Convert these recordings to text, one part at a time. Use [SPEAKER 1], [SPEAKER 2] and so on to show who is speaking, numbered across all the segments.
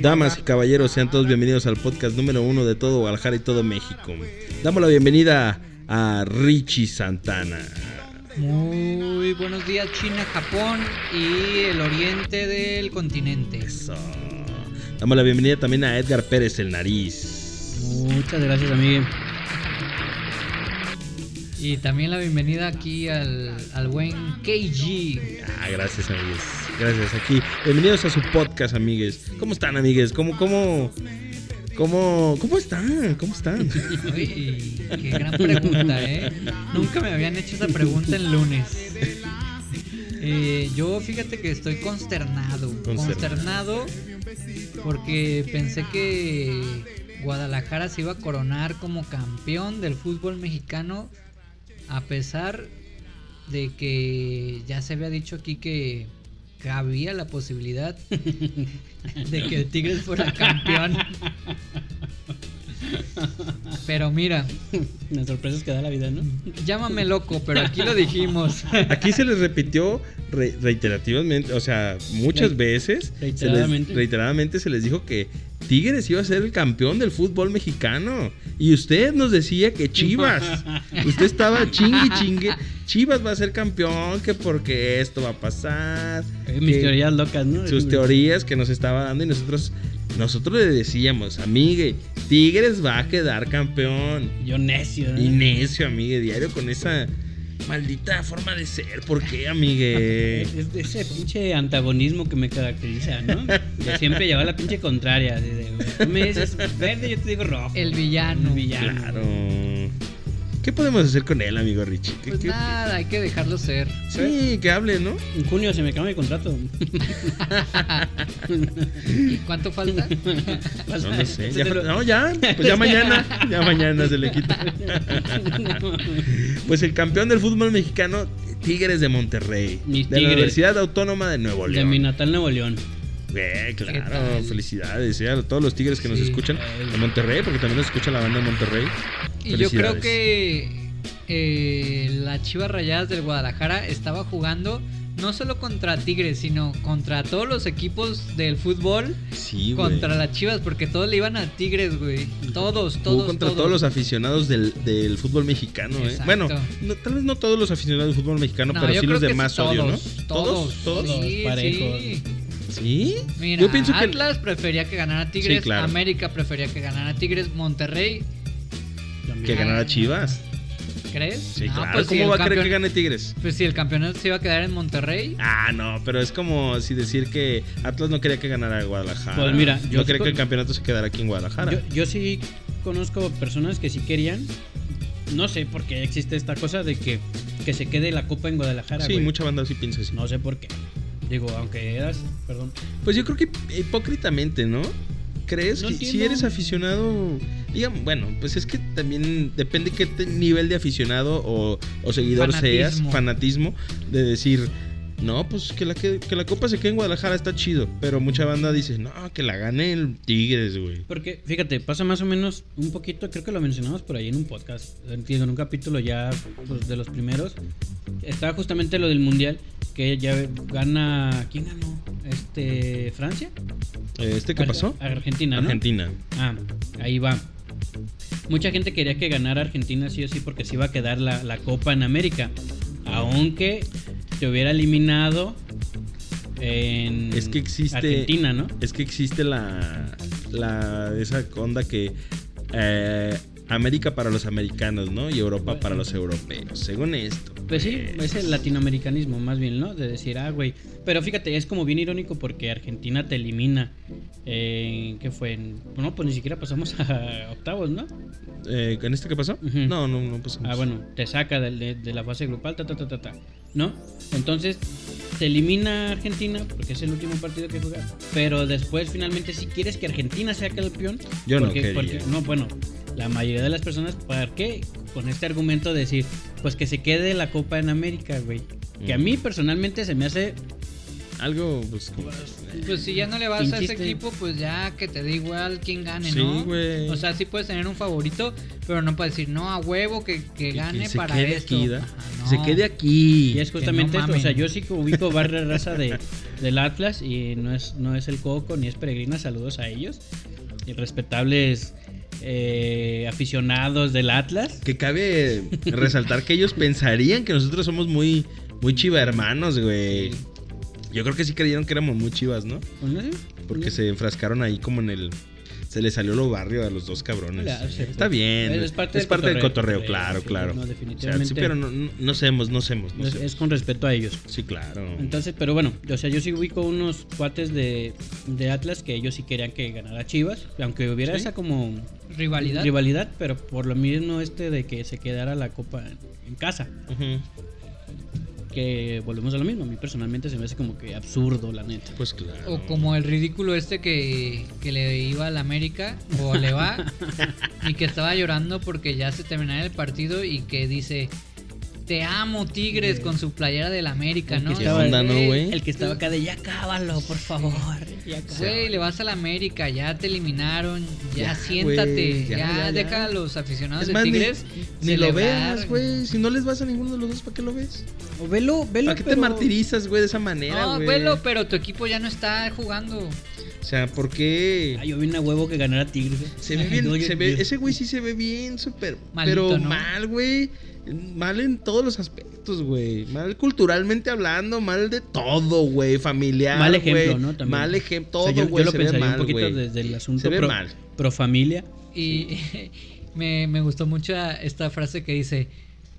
[SPEAKER 1] Damas y caballeros, sean todos bienvenidos al podcast número uno de todo Guadalajara y todo México. Damos la bienvenida a Richie Santana.
[SPEAKER 2] Muy buenos días China, Japón y el oriente del continente.
[SPEAKER 1] Eso. Damos la bienvenida también a Edgar Pérez, el nariz.
[SPEAKER 2] Muchas gracias amigo. Y también la bienvenida aquí al, al buen KG.
[SPEAKER 1] Ah, gracias, amigues. Gracias, aquí. Bienvenidos a su podcast, amigues. ¿Cómo están, amigues? ¿Cómo, cómo, cómo, cómo están? ¿Cómo están?
[SPEAKER 2] Uy, qué gran pregunta, ¿eh? Nunca me habían hecho esa pregunta el lunes. Eh, yo fíjate que estoy consternado,
[SPEAKER 1] Consternado.
[SPEAKER 2] consternado porque pensé que Guadalajara se iba a coronar como campeón del fútbol mexicano a pesar de que ya se había dicho aquí que, que había la posibilidad de que Tigres fuera campeón. Pero mira,
[SPEAKER 3] Las sorpresas que da la vida, ¿no?
[SPEAKER 2] Llámame loco, pero aquí lo dijimos.
[SPEAKER 1] Aquí se les repitió re- reiterativamente, o sea, muchas
[SPEAKER 3] Re-
[SPEAKER 1] veces. se les-
[SPEAKER 3] reiteradamente.
[SPEAKER 1] reiteradamente se les dijo que Tigres iba a ser el campeón del fútbol mexicano. Y usted nos decía que Chivas. usted estaba chingue, chingue. Chivas va a ser campeón, que porque esto va a pasar.
[SPEAKER 3] Eh, Mis
[SPEAKER 1] que-
[SPEAKER 3] teorías locas, ¿no?
[SPEAKER 1] sus teorías que nos estaba dando y nosotros nosotros le decíamos, amigue, Tigres va a quedar campeón.
[SPEAKER 3] Yo necio, ¿no?
[SPEAKER 1] Y necio, amigue, diario con esa maldita forma de ser. ¿Por qué, amigue?
[SPEAKER 3] Es- es de ese pinche antagonismo que me caracteriza, ¿no? De siempre llevar la pinche contraria. de- de, güey, tú me dices verde, yo te digo rojo.
[SPEAKER 2] El villano.
[SPEAKER 3] El villano.
[SPEAKER 1] Claro. ¿Qué podemos hacer con él, amigo Richie? ¿Qué-
[SPEAKER 2] Pues
[SPEAKER 1] qué-
[SPEAKER 2] nada, hay que dejarlo ser.
[SPEAKER 1] Sí, que hable, ¿no?
[SPEAKER 3] En junio se me acaba mi contrato.
[SPEAKER 2] ¿Y cuánto falta?
[SPEAKER 1] No lo sé.
[SPEAKER 3] Entonces
[SPEAKER 1] Ya,
[SPEAKER 3] te lo-
[SPEAKER 1] no, ya. Pues ya mañana. Ya mañana se le quita. Pues el campeón del fútbol mexicano, Tigres de Monterrey.
[SPEAKER 3] Mis
[SPEAKER 1] de la
[SPEAKER 3] Tigres.
[SPEAKER 1] Universidad Autónoma de Nuevo
[SPEAKER 3] De
[SPEAKER 1] León.
[SPEAKER 3] mi natal Nuevo León.
[SPEAKER 1] Eh,
[SPEAKER 2] ¿Qué
[SPEAKER 1] claro,
[SPEAKER 2] tal?
[SPEAKER 1] felicidades eh, a todos los tigres que nos
[SPEAKER 2] Sí.
[SPEAKER 1] escuchan de Monterrey, porque también nos escucha la banda de Monterrey.
[SPEAKER 2] Y yo creo
[SPEAKER 1] Felicidades.
[SPEAKER 2] que eh, las Chivas Rayadas del Guadalajara estaba jugando no solo contra Tigres, sino contra todos los equipos del fútbol
[SPEAKER 1] Sí, güey.
[SPEAKER 2] contra las Chivas, porque todos le iban a Tigres, güey. Todos,
[SPEAKER 1] Jugó
[SPEAKER 2] todos,
[SPEAKER 1] contra
[SPEAKER 2] todos.
[SPEAKER 1] todos los aficionados del, del fútbol mexicano, eh.
[SPEAKER 2] Exacto.
[SPEAKER 1] Bueno, no- tal vez no todos los aficionados del fútbol mexicano,
[SPEAKER 2] No,
[SPEAKER 1] pero
[SPEAKER 2] yo
[SPEAKER 1] sí los
[SPEAKER 2] creo que
[SPEAKER 1] de más
[SPEAKER 2] sí,
[SPEAKER 1] odio, ¿no?
[SPEAKER 2] todos,
[SPEAKER 1] ¿Todos?
[SPEAKER 2] Todos,
[SPEAKER 1] ¿Todos?
[SPEAKER 2] Sí,
[SPEAKER 3] Parejos.
[SPEAKER 2] sí.
[SPEAKER 1] ¿Sí?
[SPEAKER 2] Mira,
[SPEAKER 1] yo pienso que
[SPEAKER 2] Atlas prefería que ganara Tigres,
[SPEAKER 1] Sí, claro.
[SPEAKER 2] América prefería que ganara Tigres, Monterrey,
[SPEAKER 1] que
[SPEAKER 3] También.
[SPEAKER 1] ganara Chivas.
[SPEAKER 2] ¿crees?
[SPEAKER 1] Sí,
[SPEAKER 2] No,
[SPEAKER 1] claro.
[SPEAKER 2] pues si
[SPEAKER 1] ¿Cómo
[SPEAKER 2] el
[SPEAKER 1] va a creer
[SPEAKER 2] campeón-
[SPEAKER 1] que gane Tigres?
[SPEAKER 2] Pues si el campeonato se iba a quedar en Monterrey,
[SPEAKER 1] Ah, no, pero es como si decir que Atlas no quería que ganara Guadalajara.
[SPEAKER 3] Pues mira,
[SPEAKER 1] yo
[SPEAKER 3] yo-
[SPEAKER 1] quería que el campeonato se quedara aquí en Guadalajara.
[SPEAKER 3] Yo, yo sí conozco personas que sí querían. No sé por qué existe esta cosa de que, que se quede la copa en Guadalajara.
[SPEAKER 1] sí,
[SPEAKER 3] güey.
[SPEAKER 1] mucha banda sí piensa así.
[SPEAKER 3] No sé por qué. Digo, aunque eras, perdón.
[SPEAKER 1] Pues yo creo que hipócritamente, ¿no? ¿Crees
[SPEAKER 3] No
[SPEAKER 1] que si
[SPEAKER 3] entiendo.
[SPEAKER 1] eres aficionado? Digamos, bueno, pues es que también depende qué te- nivel de aficionado o, o seguidor seas,
[SPEAKER 2] Fanatismo.
[SPEAKER 1] fanatismo, de decir, no, pues que la, que, que la copa se quede en Guadalajara está chido, pero mucha banda dice, no, que la gane el Tigres, güey.
[SPEAKER 3] Porque, fíjate, pasa más o menos un poquito, creo que lo mencionamos por ahí en un podcast, entiendo, en un capítulo ya pues, de los primeros. Estaba justamente lo del Mundial, que ya gana, ¿quién ganó? Este, Francia.
[SPEAKER 1] ¿Este qué
[SPEAKER 3] Ar-
[SPEAKER 1] pasó?
[SPEAKER 3] Argentina, ¿no?
[SPEAKER 1] Argentina.
[SPEAKER 3] Ah, ahí va. Mucha gente quería que ganara Argentina sí o sí porque se iba a quedar la, la Copa en América. Aunque te hubiera eliminado en
[SPEAKER 1] Es que existe-
[SPEAKER 3] Argentina, ¿no?
[SPEAKER 1] Es que existe la, la esa onda que eh, América para los americanos, ¿no? Y Europa para los europeos, según esto.
[SPEAKER 3] Pues sí, es el latinoamericanismo más bien, ¿no? De decir, ah, güey. Pero fíjate, es como bien irónico porque Argentina te elimina. Eh, ¿Qué fue? En- No, pues ni siquiera pasamos a octavos, ¿no?
[SPEAKER 1] Eh, ¿Con este qué pasó?
[SPEAKER 3] Ujú.
[SPEAKER 1] No, no, no pasó.
[SPEAKER 3] Ah, bueno, te saca del- de, de la fase grupal, ta, ta, ta, ta, ta, ¿no? Entonces, se elimina Argentina porque es el último partido que juega. Pero después, finalmente, si quieres que Argentina sea campeón,
[SPEAKER 1] Yo no
[SPEAKER 3] porque-
[SPEAKER 1] quería.
[SPEAKER 3] porque- no, bueno, la mayoría de las personas, ¿para qué? Con este argumento de decir, pues que se quede la Copa en América, güey. Que a
[SPEAKER 1] Ujú.
[SPEAKER 3] mí personalmente se me hace
[SPEAKER 1] algo, pues, como-
[SPEAKER 2] Pues si ya no le vas
[SPEAKER 3] Sin
[SPEAKER 2] a ese
[SPEAKER 3] chiste.
[SPEAKER 2] equipo, pues ya que te da igual quién gane,
[SPEAKER 1] Sí,
[SPEAKER 2] ¿no?
[SPEAKER 1] güey.
[SPEAKER 2] O sea, sí puedes tener un favorito, pero no para decir, no, a huevo que, que gane
[SPEAKER 1] que se
[SPEAKER 2] para
[SPEAKER 1] quede
[SPEAKER 2] esto.
[SPEAKER 1] aquí, ¿da?
[SPEAKER 2] Ajá,
[SPEAKER 1] Que se
[SPEAKER 2] no.
[SPEAKER 1] quede aquí.
[SPEAKER 3] Y es
[SPEAKER 2] Que
[SPEAKER 3] justamente
[SPEAKER 2] no
[SPEAKER 3] eso, o sea,
[SPEAKER 2] mamen.
[SPEAKER 3] yo sí que ubico barra raza de, del Atlas y no es, no es el Coco ni es Peregrina, saludos a ellos, y respetables eh, aficionados del Atlas.
[SPEAKER 1] Que cabe resaltar que ellos pensarían que nosotros somos muy, muy chiva hermanos, güey. Yo creo que sí creyeron que éramos muy chivas, ¿no?
[SPEAKER 3] Pues no sé,
[SPEAKER 1] Porque
[SPEAKER 3] no-
[SPEAKER 1] se enfrascaron ahí como en el. Se les salió lo barrio a los dos cabrones.
[SPEAKER 3] Claro, sí.
[SPEAKER 1] Está bien.
[SPEAKER 3] Es-
[SPEAKER 1] Es,
[SPEAKER 3] es parte
[SPEAKER 1] parte,
[SPEAKER 3] del
[SPEAKER 1] del cotorreo,
[SPEAKER 3] cotorreo, sí,
[SPEAKER 1] claro,
[SPEAKER 3] sí,
[SPEAKER 1] claro.
[SPEAKER 3] no,
[SPEAKER 1] O sea,
[SPEAKER 3] definitivamente.
[SPEAKER 1] sí, pero no, no, no semos, no semos, no
[SPEAKER 3] es,
[SPEAKER 1] semos.
[SPEAKER 3] es con respeto a ellos.
[SPEAKER 1] Sí, claro.
[SPEAKER 3] Entonces, pero bueno, o sea, yo sí ubico unos cuates de, de Atlas que ellos sí querían que ganara Chivas, aunque hubiera
[SPEAKER 1] Sí.
[SPEAKER 3] esa como
[SPEAKER 2] Rivalidad.
[SPEAKER 3] rivalidad, pero por lo mismo este de que se quedara la copa en casa.
[SPEAKER 1] Ujú.
[SPEAKER 3] Que volvemos a lo mismo. A mí personalmente se me hace como que absurdo, la neta.
[SPEAKER 1] Pues claro.
[SPEAKER 2] O como el ridículo este que, que le iba al América, o le va, y que estaba llorando porque ya se terminaba el partido y que dice, te amo Tigres con su playera del América, ¿no?
[SPEAKER 3] ¿Qué
[SPEAKER 1] estaba- onda, no, güey?
[SPEAKER 3] El que estaba acá de ya cábalo, por favor. Ya cábalo".
[SPEAKER 2] Güey, le vas a la América, ya te eliminaron,
[SPEAKER 1] Ya,
[SPEAKER 2] ya, siéntate,
[SPEAKER 1] güey,
[SPEAKER 2] ya,
[SPEAKER 1] ya, ya, ya.
[SPEAKER 2] deja a los aficionados
[SPEAKER 1] Es
[SPEAKER 2] de
[SPEAKER 1] más, ni-
[SPEAKER 2] Tigres.
[SPEAKER 1] Ni lo
[SPEAKER 2] celebrar.
[SPEAKER 1] veas, güey. Si no les vas a ninguno de los dos, ¿para qué lo ves?
[SPEAKER 3] O velo, velo.
[SPEAKER 1] ¿Para qué te
[SPEAKER 3] pero-
[SPEAKER 1] martirizas, güey, de esa manera,
[SPEAKER 2] No,
[SPEAKER 1] güey?
[SPEAKER 2] velo, pero tu equipo ya no está jugando.
[SPEAKER 1] O sea, ¿por qué?
[SPEAKER 3] Ay, yo vi una huevo que ganara Tigres. güey.
[SPEAKER 1] Se ve
[SPEAKER 3] Ay,
[SPEAKER 1] bien,
[SPEAKER 3] no, yo-
[SPEAKER 1] se ve,
[SPEAKER 3] yo-
[SPEAKER 1] ese güey sí se ve bien, súper,
[SPEAKER 2] Malito,
[SPEAKER 1] pero
[SPEAKER 2] ¿no?
[SPEAKER 1] mal, güey. Mal en todos los aspectos, güey. Mal culturalmente hablando, mal de todo, güey. Familiar,
[SPEAKER 3] Mal ejemplo,
[SPEAKER 1] güey.
[SPEAKER 3] ¿no? También.
[SPEAKER 1] Mal ejemplo, todo,
[SPEAKER 3] O sea, yo, yo
[SPEAKER 1] güey.
[SPEAKER 3] lo
[SPEAKER 1] se
[SPEAKER 3] pensaría
[SPEAKER 1] ve mal,
[SPEAKER 3] un poquito
[SPEAKER 1] güey.
[SPEAKER 3] desde el asunto
[SPEAKER 1] Se ve
[SPEAKER 3] pro,
[SPEAKER 1] mal.
[SPEAKER 3] pro familia.
[SPEAKER 2] Y me, me gustó mucho esta frase que dice,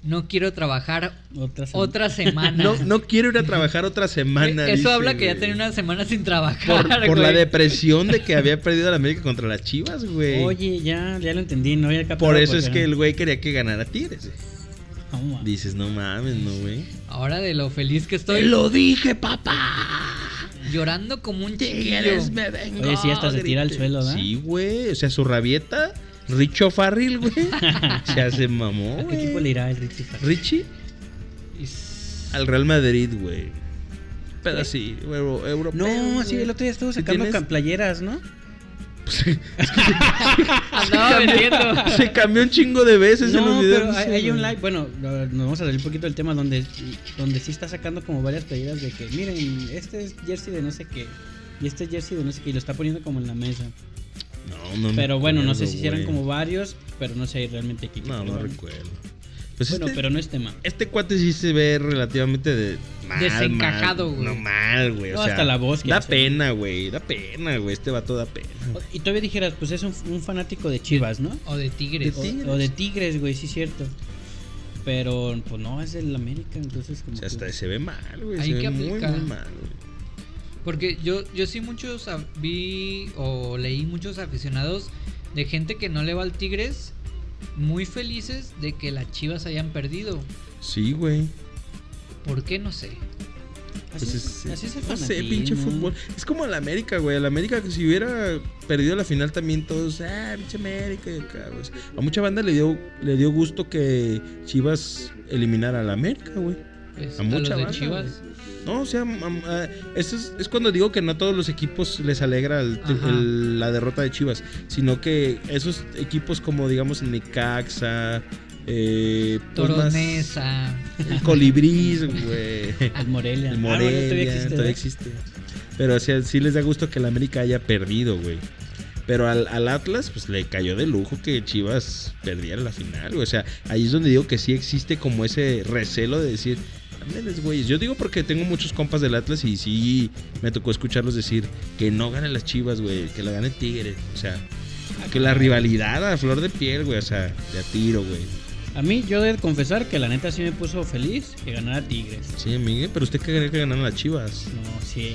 [SPEAKER 2] no quiero trabajar
[SPEAKER 3] Otra, sem-
[SPEAKER 2] otra semana. Eh,
[SPEAKER 1] No, no quiero ir a trabajar otra semana.
[SPEAKER 2] Eso
[SPEAKER 1] dice,
[SPEAKER 2] habla que ya
[SPEAKER 1] güey.
[SPEAKER 2] tenía una semana sin trabajar.
[SPEAKER 1] Por, por la
[SPEAKER 2] güey.
[SPEAKER 1] depresión de que había perdido a la América contra las Chivas, güey.
[SPEAKER 3] Oye, ya, ya lo entendí. No había captado
[SPEAKER 1] Por eso es
[SPEAKER 3] qué.
[SPEAKER 1] que el güey quería que ganara Tigres.
[SPEAKER 3] No, ma.
[SPEAKER 1] Dices, no mames, no, güey.
[SPEAKER 2] Ahora de lo feliz que
[SPEAKER 1] Te
[SPEAKER 2] estoy,
[SPEAKER 1] lo dije, papá.
[SPEAKER 2] llorando como un
[SPEAKER 1] Tigres
[SPEAKER 2] chiquillo.
[SPEAKER 1] me vengo.
[SPEAKER 3] Oye, sí, hasta se tira al suelo, ¿verdad?
[SPEAKER 1] Sí, güey. O sea, su rabieta, Richo Farril, güey. se hace mamó,
[SPEAKER 3] ¿A qué
[SPEAKER 1] güey.
[SPEAKER 3] equipo le irá el Richie Farrell?
[SPEAKER 1] Richie
[SPEAKER 2] Y s-
[SPEAKER 1] al Real Madrid, güey. Pero sí, güey, europeo.
[SPEAKER 3] ¿Eh? No,
[SPEAKER 1] güey.
[SPEAKER 3] sí, el otro día estuvo
[SPEAKER 1] Si
[SPEAKER 3] sacando
[SPEAKER 1] tienes-
[SPEAKER 3] cam- playeras, ¿no?
[SPEAKER 1] Ah,
[SPEAKER 2] Andaba vendiendo.
[SPEAKER 1] Se cambió un chingo de veces en
[SPEAKER 3] No,
[SPEAKER 1] los videos.
[SPEAKER 3] pero hay,
[SPEAKER 1] sé,
[SPEAKER 3] hay un
[SPEAKER 1] güey.
[SPEAKER 3] live, bueno, lo- nos vamos a salir un poquito del tema donde, donde sí está sacando como varias playeras de que, miren, este es jersey de no sé qué, y este es jersey de no sé qué, y lo está poniendo como en la mesa.
[SPEAKER 1] No, no me
[SPEAKER 3] Pero bueno, no
[SPEAKER 1] acuerdo,
[SPEAKER 3] sé si hicieron
[SPEAKER 1] güey.
[SPEAKER 3] como varios, pero no sé realmente qué.
[SPEAKER 1] No,
[SPEAKER 3] equipo,
[SPEAKER 1] no
[SPEAKER 3] pero
[SPEAKER 1] recuerdo. Pues
[SPEAKER 3] Bueno,
[SPEAKER 1] este,
[SPEAKER 3] pero no es tema.
[SPEAKER 1] este cuate sí se ve relativamente de mal,
[SPEAKER 2] Desencajado,
[SPEAKER 1] mal.
[SPEAKER 2] güey.
[SPEAKER 1] No mal, güey.
[SPEAKER 3] No,
[SPEAKER 1] o sea,
[SPEAKER 3] hasta la voz que
[SPEAKER 1] Da
[SPEAKER 3] hace.
[SPEAKER 1] pena, güey. Da pena, güey. Este vato da pena.
[SPEAKER 3] Y todavía dijeras, pues es un, un fanático de Chivas, ¿no?
[SPEAKER 2] O de tigres.
[SPEAKER 3] O, o de Tigres, güey, sí es cierto. Pero pues no, es del América, entonces como...
[SPEAKER 1] O sea,
[SPEAKER 3] que-
[SPEAKER 1] hasta se ve mal, güey.
[SPEAKER 2] Hay
[SPEAKER 1] Se ve
[SPEAKER 2] que
[SPEAKER 1] muy,
[SPEAKER 2] aplicar.
[SPEAKER 1] muy mal, güey.
[SPEAKER 2] Porque yo, yo sí muchos a- vi o leí muchos aficionados de gente que no le va al Tigres muy felices de que las Chivas hayan perdido.
[SPEAKER 1] Sí, güey.
[SPEAKER 2] ¿Por qué? No sé.
[SPEAKER 3] Así,
[SPEAKER 1] Pues
[SPEAKER 3] es,
[SPEAKER 1] es-
[SPEAKER 3] así es el
[SPEAKER 1] no sé,
[SPEAKER 3] fanatismo.
[SPEAKER 1] pinche fútbol. Es como el América, güey. El América que si hubiera perdido la final también todos, ah, pinche América y acá, güey. A mucha banda le dio, le dio gusto que Chivas eliminara al América, güey.
[SPEAKER 2] Pues,
[SPEAKER 1] A
[SPEAKER 2] a,
[SPEAKER 1] mucha
[SPEAKER 2] los de
[SPEAKER 1] banda,
[SPEAKER 2] Chivas.
[SPEAKER 1] No, o sea, am- a- eso es, es cuando digo que no a todos los equipos les alegra el-
[SPEAKER 2] Ajá.
[SPEAKER 1] el- la derrota de Chivas, sino que esos equipos como, digamos, Necaxa, eh, pues, más-
[SPEAKER 2] Toronesa.
[SPEAKER 1] el Colibrís, güey.
[SPEAKER 3] El Morelia.
[SPEAKER 1] El
[SPEAKER 3] Ah, bueno,
[SPEAKER 1] Morelia, todavía
[SPEAKER 3] existe,
[SPEAKER 1] existe.
[SPEAKER 3] ¿verdad?
[SPEAKER 1] Pero o sea, sí les da gusto que el América haya perdido, güey. Pero al, al Atlas, pues le cayó de lujo que Chivas perdiera la final, güey. O sea, ahí es donde digo que sí existe como ese recelo de decir, ándales, güey. Yo digo porque tengo muchos compas del Atlas y sí me tocó escucharlos decir que no ganen las Chivas, güey, que la gane Tigres. O sea,
[SPEAKER 3] Ah,
[SPEAKER 1] que la rivalidad a flor de piel, güey. O sea, de a tiro, güey.
[SPEAKER 3] A mí, yo debo confesar que la neta sí me puso feliz que ganara Tigres.
[SPEAKER 1] Sí, Miguel, pero usted qué cree que ganaron las Chivas.
[SPEAKER 3] No, sí.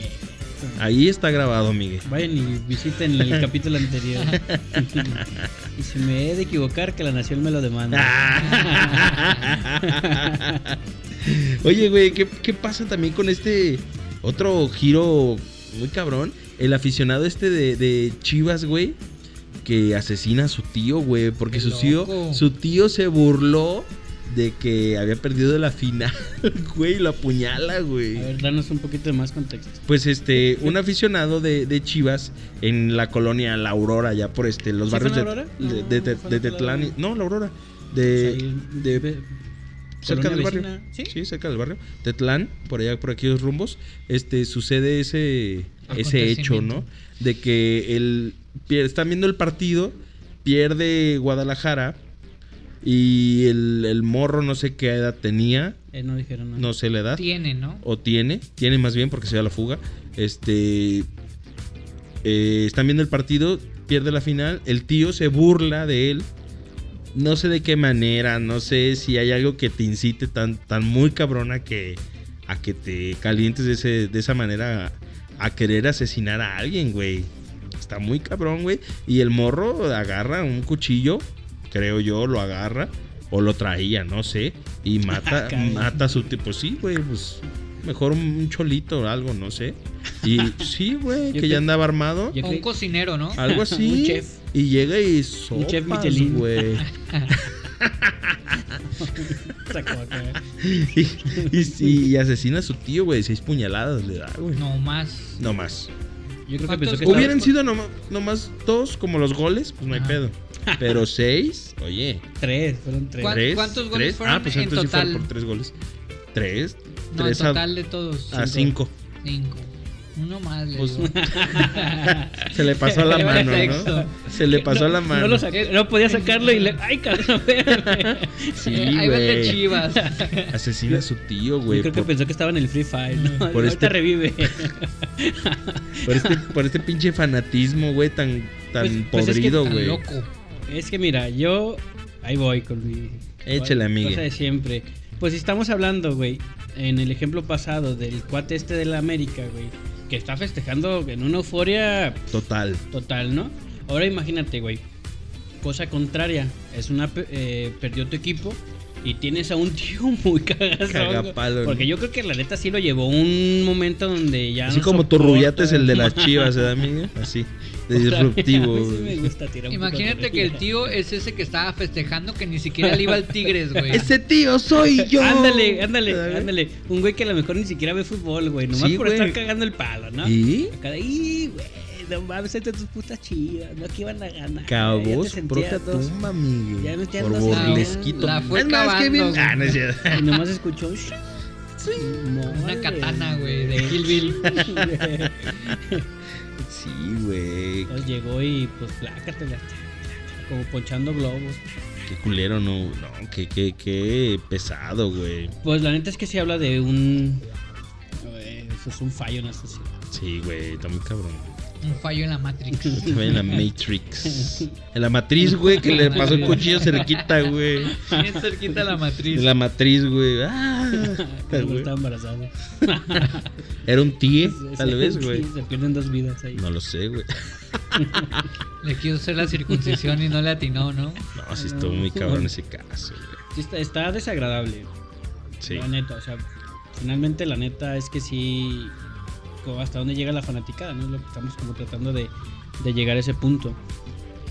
[SPEAKER 1] Ahí está grabado, Miguel.
[SPEAKER 3] Vayan y visiten el capítulo anterior. y si me he de equivocar, que la nación me lo demanda.
[SPEAKER 1] Ah. Oye, güey, ¿qué, qué pasa también con este otro giro muy cabrón? El aficionado este de, de Chivas, güey, que asesina a su tío, güey, porque
[SPEAKER 2] Qué
[SPEAKER 1] su tío,
[SPEAKER 2] loco.
[SPEAKER 1] su tío se burló de que había perdido la final, güey, lo apuñala,
[SPEAKER 3] A
[SPEAKER 1] güey.
[SPEAKER 3] ver, danos un poquito de más contexto.
[SPEAKER 1] Pues este, un aficionado de, de Chivas en la colonia La Aurora, ya por este, los
[SPEAKER 3] ¿Sí
[SPEAKER 1] barrios
[SPEAKER 3] fue
[SPEAKER 1] de,
[SPEAKER 3] en La Aurora?
[SPEAKER 1] de,
[SPEAKER 3] No,
[SPEAKER 1] de-
[SPEAKER 3] no
[SPEAKER 1] de-
[SPEAKER 3] fue en
[SPEAKER 1] de
[SPEAKER 3] La
[SPEAKER 1] Tetlán y-
[SPEAKER 3] Aurora.
[SPEAKER 1] No, La Aurora.
[SPEAKER 3] O sea,
[SPEAKER 1] De,
[SPEAKER 3] ahí-
[SPEAKER 1] Eh, de-
[SPEAKER 3] ve-
[SPEAKER 1] cerca del barrio.
[SPEAKER 3] colonia vecina, ¿sí?
[SPEAKER 1] ¿Sí? cerca del barrio. Tetlán, por allá, por aquellos rumbos, este, sucede ese, ese hecho, ¿no? De que el, pier- están viendo el partido, pierde Guadalajara y el, el morro no sé qué edad tenía,
[SPEAKER 3] Eh, no dijeron nada.
[SPEAKER 1] no sé la edad
[SPEAKER 2] Tiene, ¿no?
[SPEAKER 1] o tiene, tiene más bien porque se da la fuga. Este eh, están viendo el partido, pierde la final, el tío se burla de él. No sé de qué manera, no sé si hay algo que te incite tan, tan muy cabrona que a que te calientes de, ese- de esa manera a, a querer asesinar a alguien, güey. Está muy cabrón, güey. Y el morro agarra un cuchillo, creo yo, lo agarra o lo traía, no sé, y mata,
[SPEAKER 3] Caray.
[SPEAKER 1] mata a su tipo. Sí, güey, pues mejor un cholito o algo, no sé. Y sí, güey,
[SPEAKER 3] Yo
[SPEAKER 1] que ya
[SPEAKER 3] cre-
[SPEAKER 1] andaba armado.
[SPEAKER 3] Yo
[SPEAKER 2] O un
[SPEAKER 3] creí-
[SPEAKER 2] cocinero, ¿no?
[SPEAKER 1] Algo así.
[SPEAKER 3] Un chef.
[SPEAKER 1] Y llega y
[SPEAKER 3] Un chef
[SPEAKER 1] sopas,
[SPEAKER 3] Michelin.
[SPEAKER 1] güey.
[SPEAKER 3] Sacó acá.
[SPEAKER 1] Y, y- y- y asesina a su tío, güey. Seis puñaladas le da, güey. No.
[SPEAKER 2] No más.
[SPEAKER 1] más.
[SPEAKER 3] Yo creo que
[SPEAKER 2] ¿Cuántos
[SPEAKER 3] pensó que
[SPEAKER 1] Hubieran sido
[SPEAKER 3] estaba-
[SPEAKER 1] noma- nomás dos, como los goles, pues no hay
[SPEAKER 2] Ajá.
[SPEAKER 1] pedo. Pero seis, oye.
[SPEAKER 3] tres, fueron tres.
[SPEAKER 2] ¿Cuán-
[SPEAKER 1] tres,
[SPEAKER 2] cuántos goles
[SPEAKER 1] tres.
[SPEAKER 2] fueron
[SPEAKER 1] ah, pues
[SPEAKER 2] en
[SPEAKER 1] entonces sí fueron
[SPEAKER 2] total?
[SPEAKER 1] por tres goles. Tres,
[SPEAKER 2] No, el
[SPEAKER 1] tres a-
[SPEAKER 2] total de todos.
[SPEAKER 1] a, cinco.
[SPEAKER 2] Cinco. Uno más, le
[SPEAKER 1] Pues,
[SPEAKER 2] digo.
[SPEAKER 1] Se le pasó la mano,
[SPEAKER 2] Perfecto.
[SPEAKER 1] ¿no? Se le pasó la
[SPEAKER 3] No, No, lo
[SPEAKER 1] mano.
[SPEAKER 3] saqué, no podía sacarlo y le. ¡Ay, cabrón! espérame.
[SPEAKER 1] Sí,
[SPEAKER 2] Ahí va el de
[SPEAKER 1] güey.
[SPEAKER 2] Chivas.
[SPEAKER 1] Asesina a su tío,
[SPEAKER 3] Yo
[SPEAKER 1] güey.
[SPEAKER 3] creo que
[SPEAKER 1] Por,
[SPEAKER 3] pensó que estaba en el Free Fire. ¿no?
[SPEAKER 1] Por
[SPEAKER 3] Ahorita
[SPEAKER 1] este-
[SPEAKER 3] revive.
[SPEAKER 1] por este, por este pinche fanatismo, güey, tan, tan
[SPEAKER 3] Pues- pues es que
[SPEAKER 1] podrido,
[SPEAKER 2] Tan
[SPEAKER 1] güey.
[SPEAKER 2] loco.
[SPEAKER 3] Es que mira, yo ahí voy con mi
[SPEAKER 1] Échale, amigue.
[SPEAKER 3] cosa de siempre. Pues si estamos hablando, güey, en el ejemplo pasado del cuate este de la América, güey, que está festejando en una euforia
[SPEAKER 1] Total.
[SPEAKER 3] total, ¿no? Ahora imagínate, güey, cosa contraria, es una pe- eh, perdió tu equipo y tienes a un tío muy cagazón. güey.
[SPEAKER 1] Cagapalo, ¿no?
[SPEAKER 3] Porque yo creo que la neta sí lo llevó un momento donde ya
[SPEAKER 1] Así
[SPEAKER 3] no
[SPEAKER 1] como
[SPEAKER 3] soporta.
[SPEAKER 1] Torrullate es el de las chivas, ¿verdad, amigo? Así, de disruptivo.
[SPEAKER 3] A mí sí
[SPEAKER 1] güey.
[SPEAKER 3] me gusta tirar un poco de
[SPEAKER 2] Imagínate que el
[SPEAKER 3] risa.
[SPEAKER 2] tío es ese que estaba festejando que ni siquiera le iba al Tigres, güey.
[SPEAKER 1] Ese tío soy yo.
[SPEAKER 3] Ándale, ándale,
[SPEAKER 1] ¿Sabes?
[SPEAKER 3] ándale. Un güey que a lo mejor ni siquiera ve fútbol, güey. Nomás
[SPEAKER 1] Sí,
[SPEAKER 3] por
[SPEAKER 1] güey.
[SPEAKER 3] estar cagando el palo, ¿no?
[SPEAKER 1] ¿Y?
[SPEAKER 3] Acá de, "Ih, güey, no mames, vete a tus putas chivas, no que iban a ganar. Ya te
[SPEAKER 1] Cabos,
[SPEAKER 3] sentías
[SPEAKER 1] propia
[SPEAKER 3] dos".
[SPEAKER 1] tumba, amigo.
[SPEAKER 3] Ya me estoy
[SPEAKER 1] Por
[SPEAKER 3] dando sal.
[SPEAKER 1] burlesquito.
[SPEAKER 2] La fue
[SPEAKER 1] Es más, qué bien-
[SPEAKER 2] cavando,
[SPEAKER 1] Ah, no es
[SPEAKER 2] güey.
[SPEAKER 1] cierto.
[SPEAKER 3] Y nomás escuchó. "Shh". Madre.
[SPEAKER 2] Una katana, güey, de Kill Bill.
[SPEAKER 1] Sí, güey.
[SPEAKER 3] Entonces llegó y pues plácatela. Como ponchando globos.
[SPEAKER 1] Qué culero, no. No, qué, qué, qué pesado, güey.
[SPEAKER 3] Pues la neta es que sí habla de un. eh, Pues un fallo en la sociedad.
[SPEAKER 1] Sí, güey, está muy cabrón.
[SPEAKER 2] Un fallo en la Matrix.
[SPEAKER 1] Estaba en la Matrix. En la matriz, güey, que le pasó el cuchillo cerquita, güey.
[SPEAKER 2] Bien cerquita la matriz.
[SPEAKER 1] En la matriz, güey. Ah,
[SPEAKER 3] Que luego
[SPEAKER 1] güey.
[SPEAKER 3] estaba embarazado.
[SPEAKER 1] Era un tío, tal vez, güey.
[SPEAKER 3] Se pierden dos vidas ahí.
[SPEAKER 1] No lo sé, güey.
[SPEAKER 2] Le quiso hacer la circuncisión y no le atinó, ¿no?
[SPEAKER 1] No, sí estuvo muy cabrón ese caso, güey.
[SPEAKER 3] Sí, está, está desagradable.
[SPEAKER 1] Sí.
[SPEAKER 3] La neta, o sea, finalmente la neta es que sí, como hasta dónde llega la fanaticada, ¿no? Es lo que estamos como tratando de, de llegar a ese punto.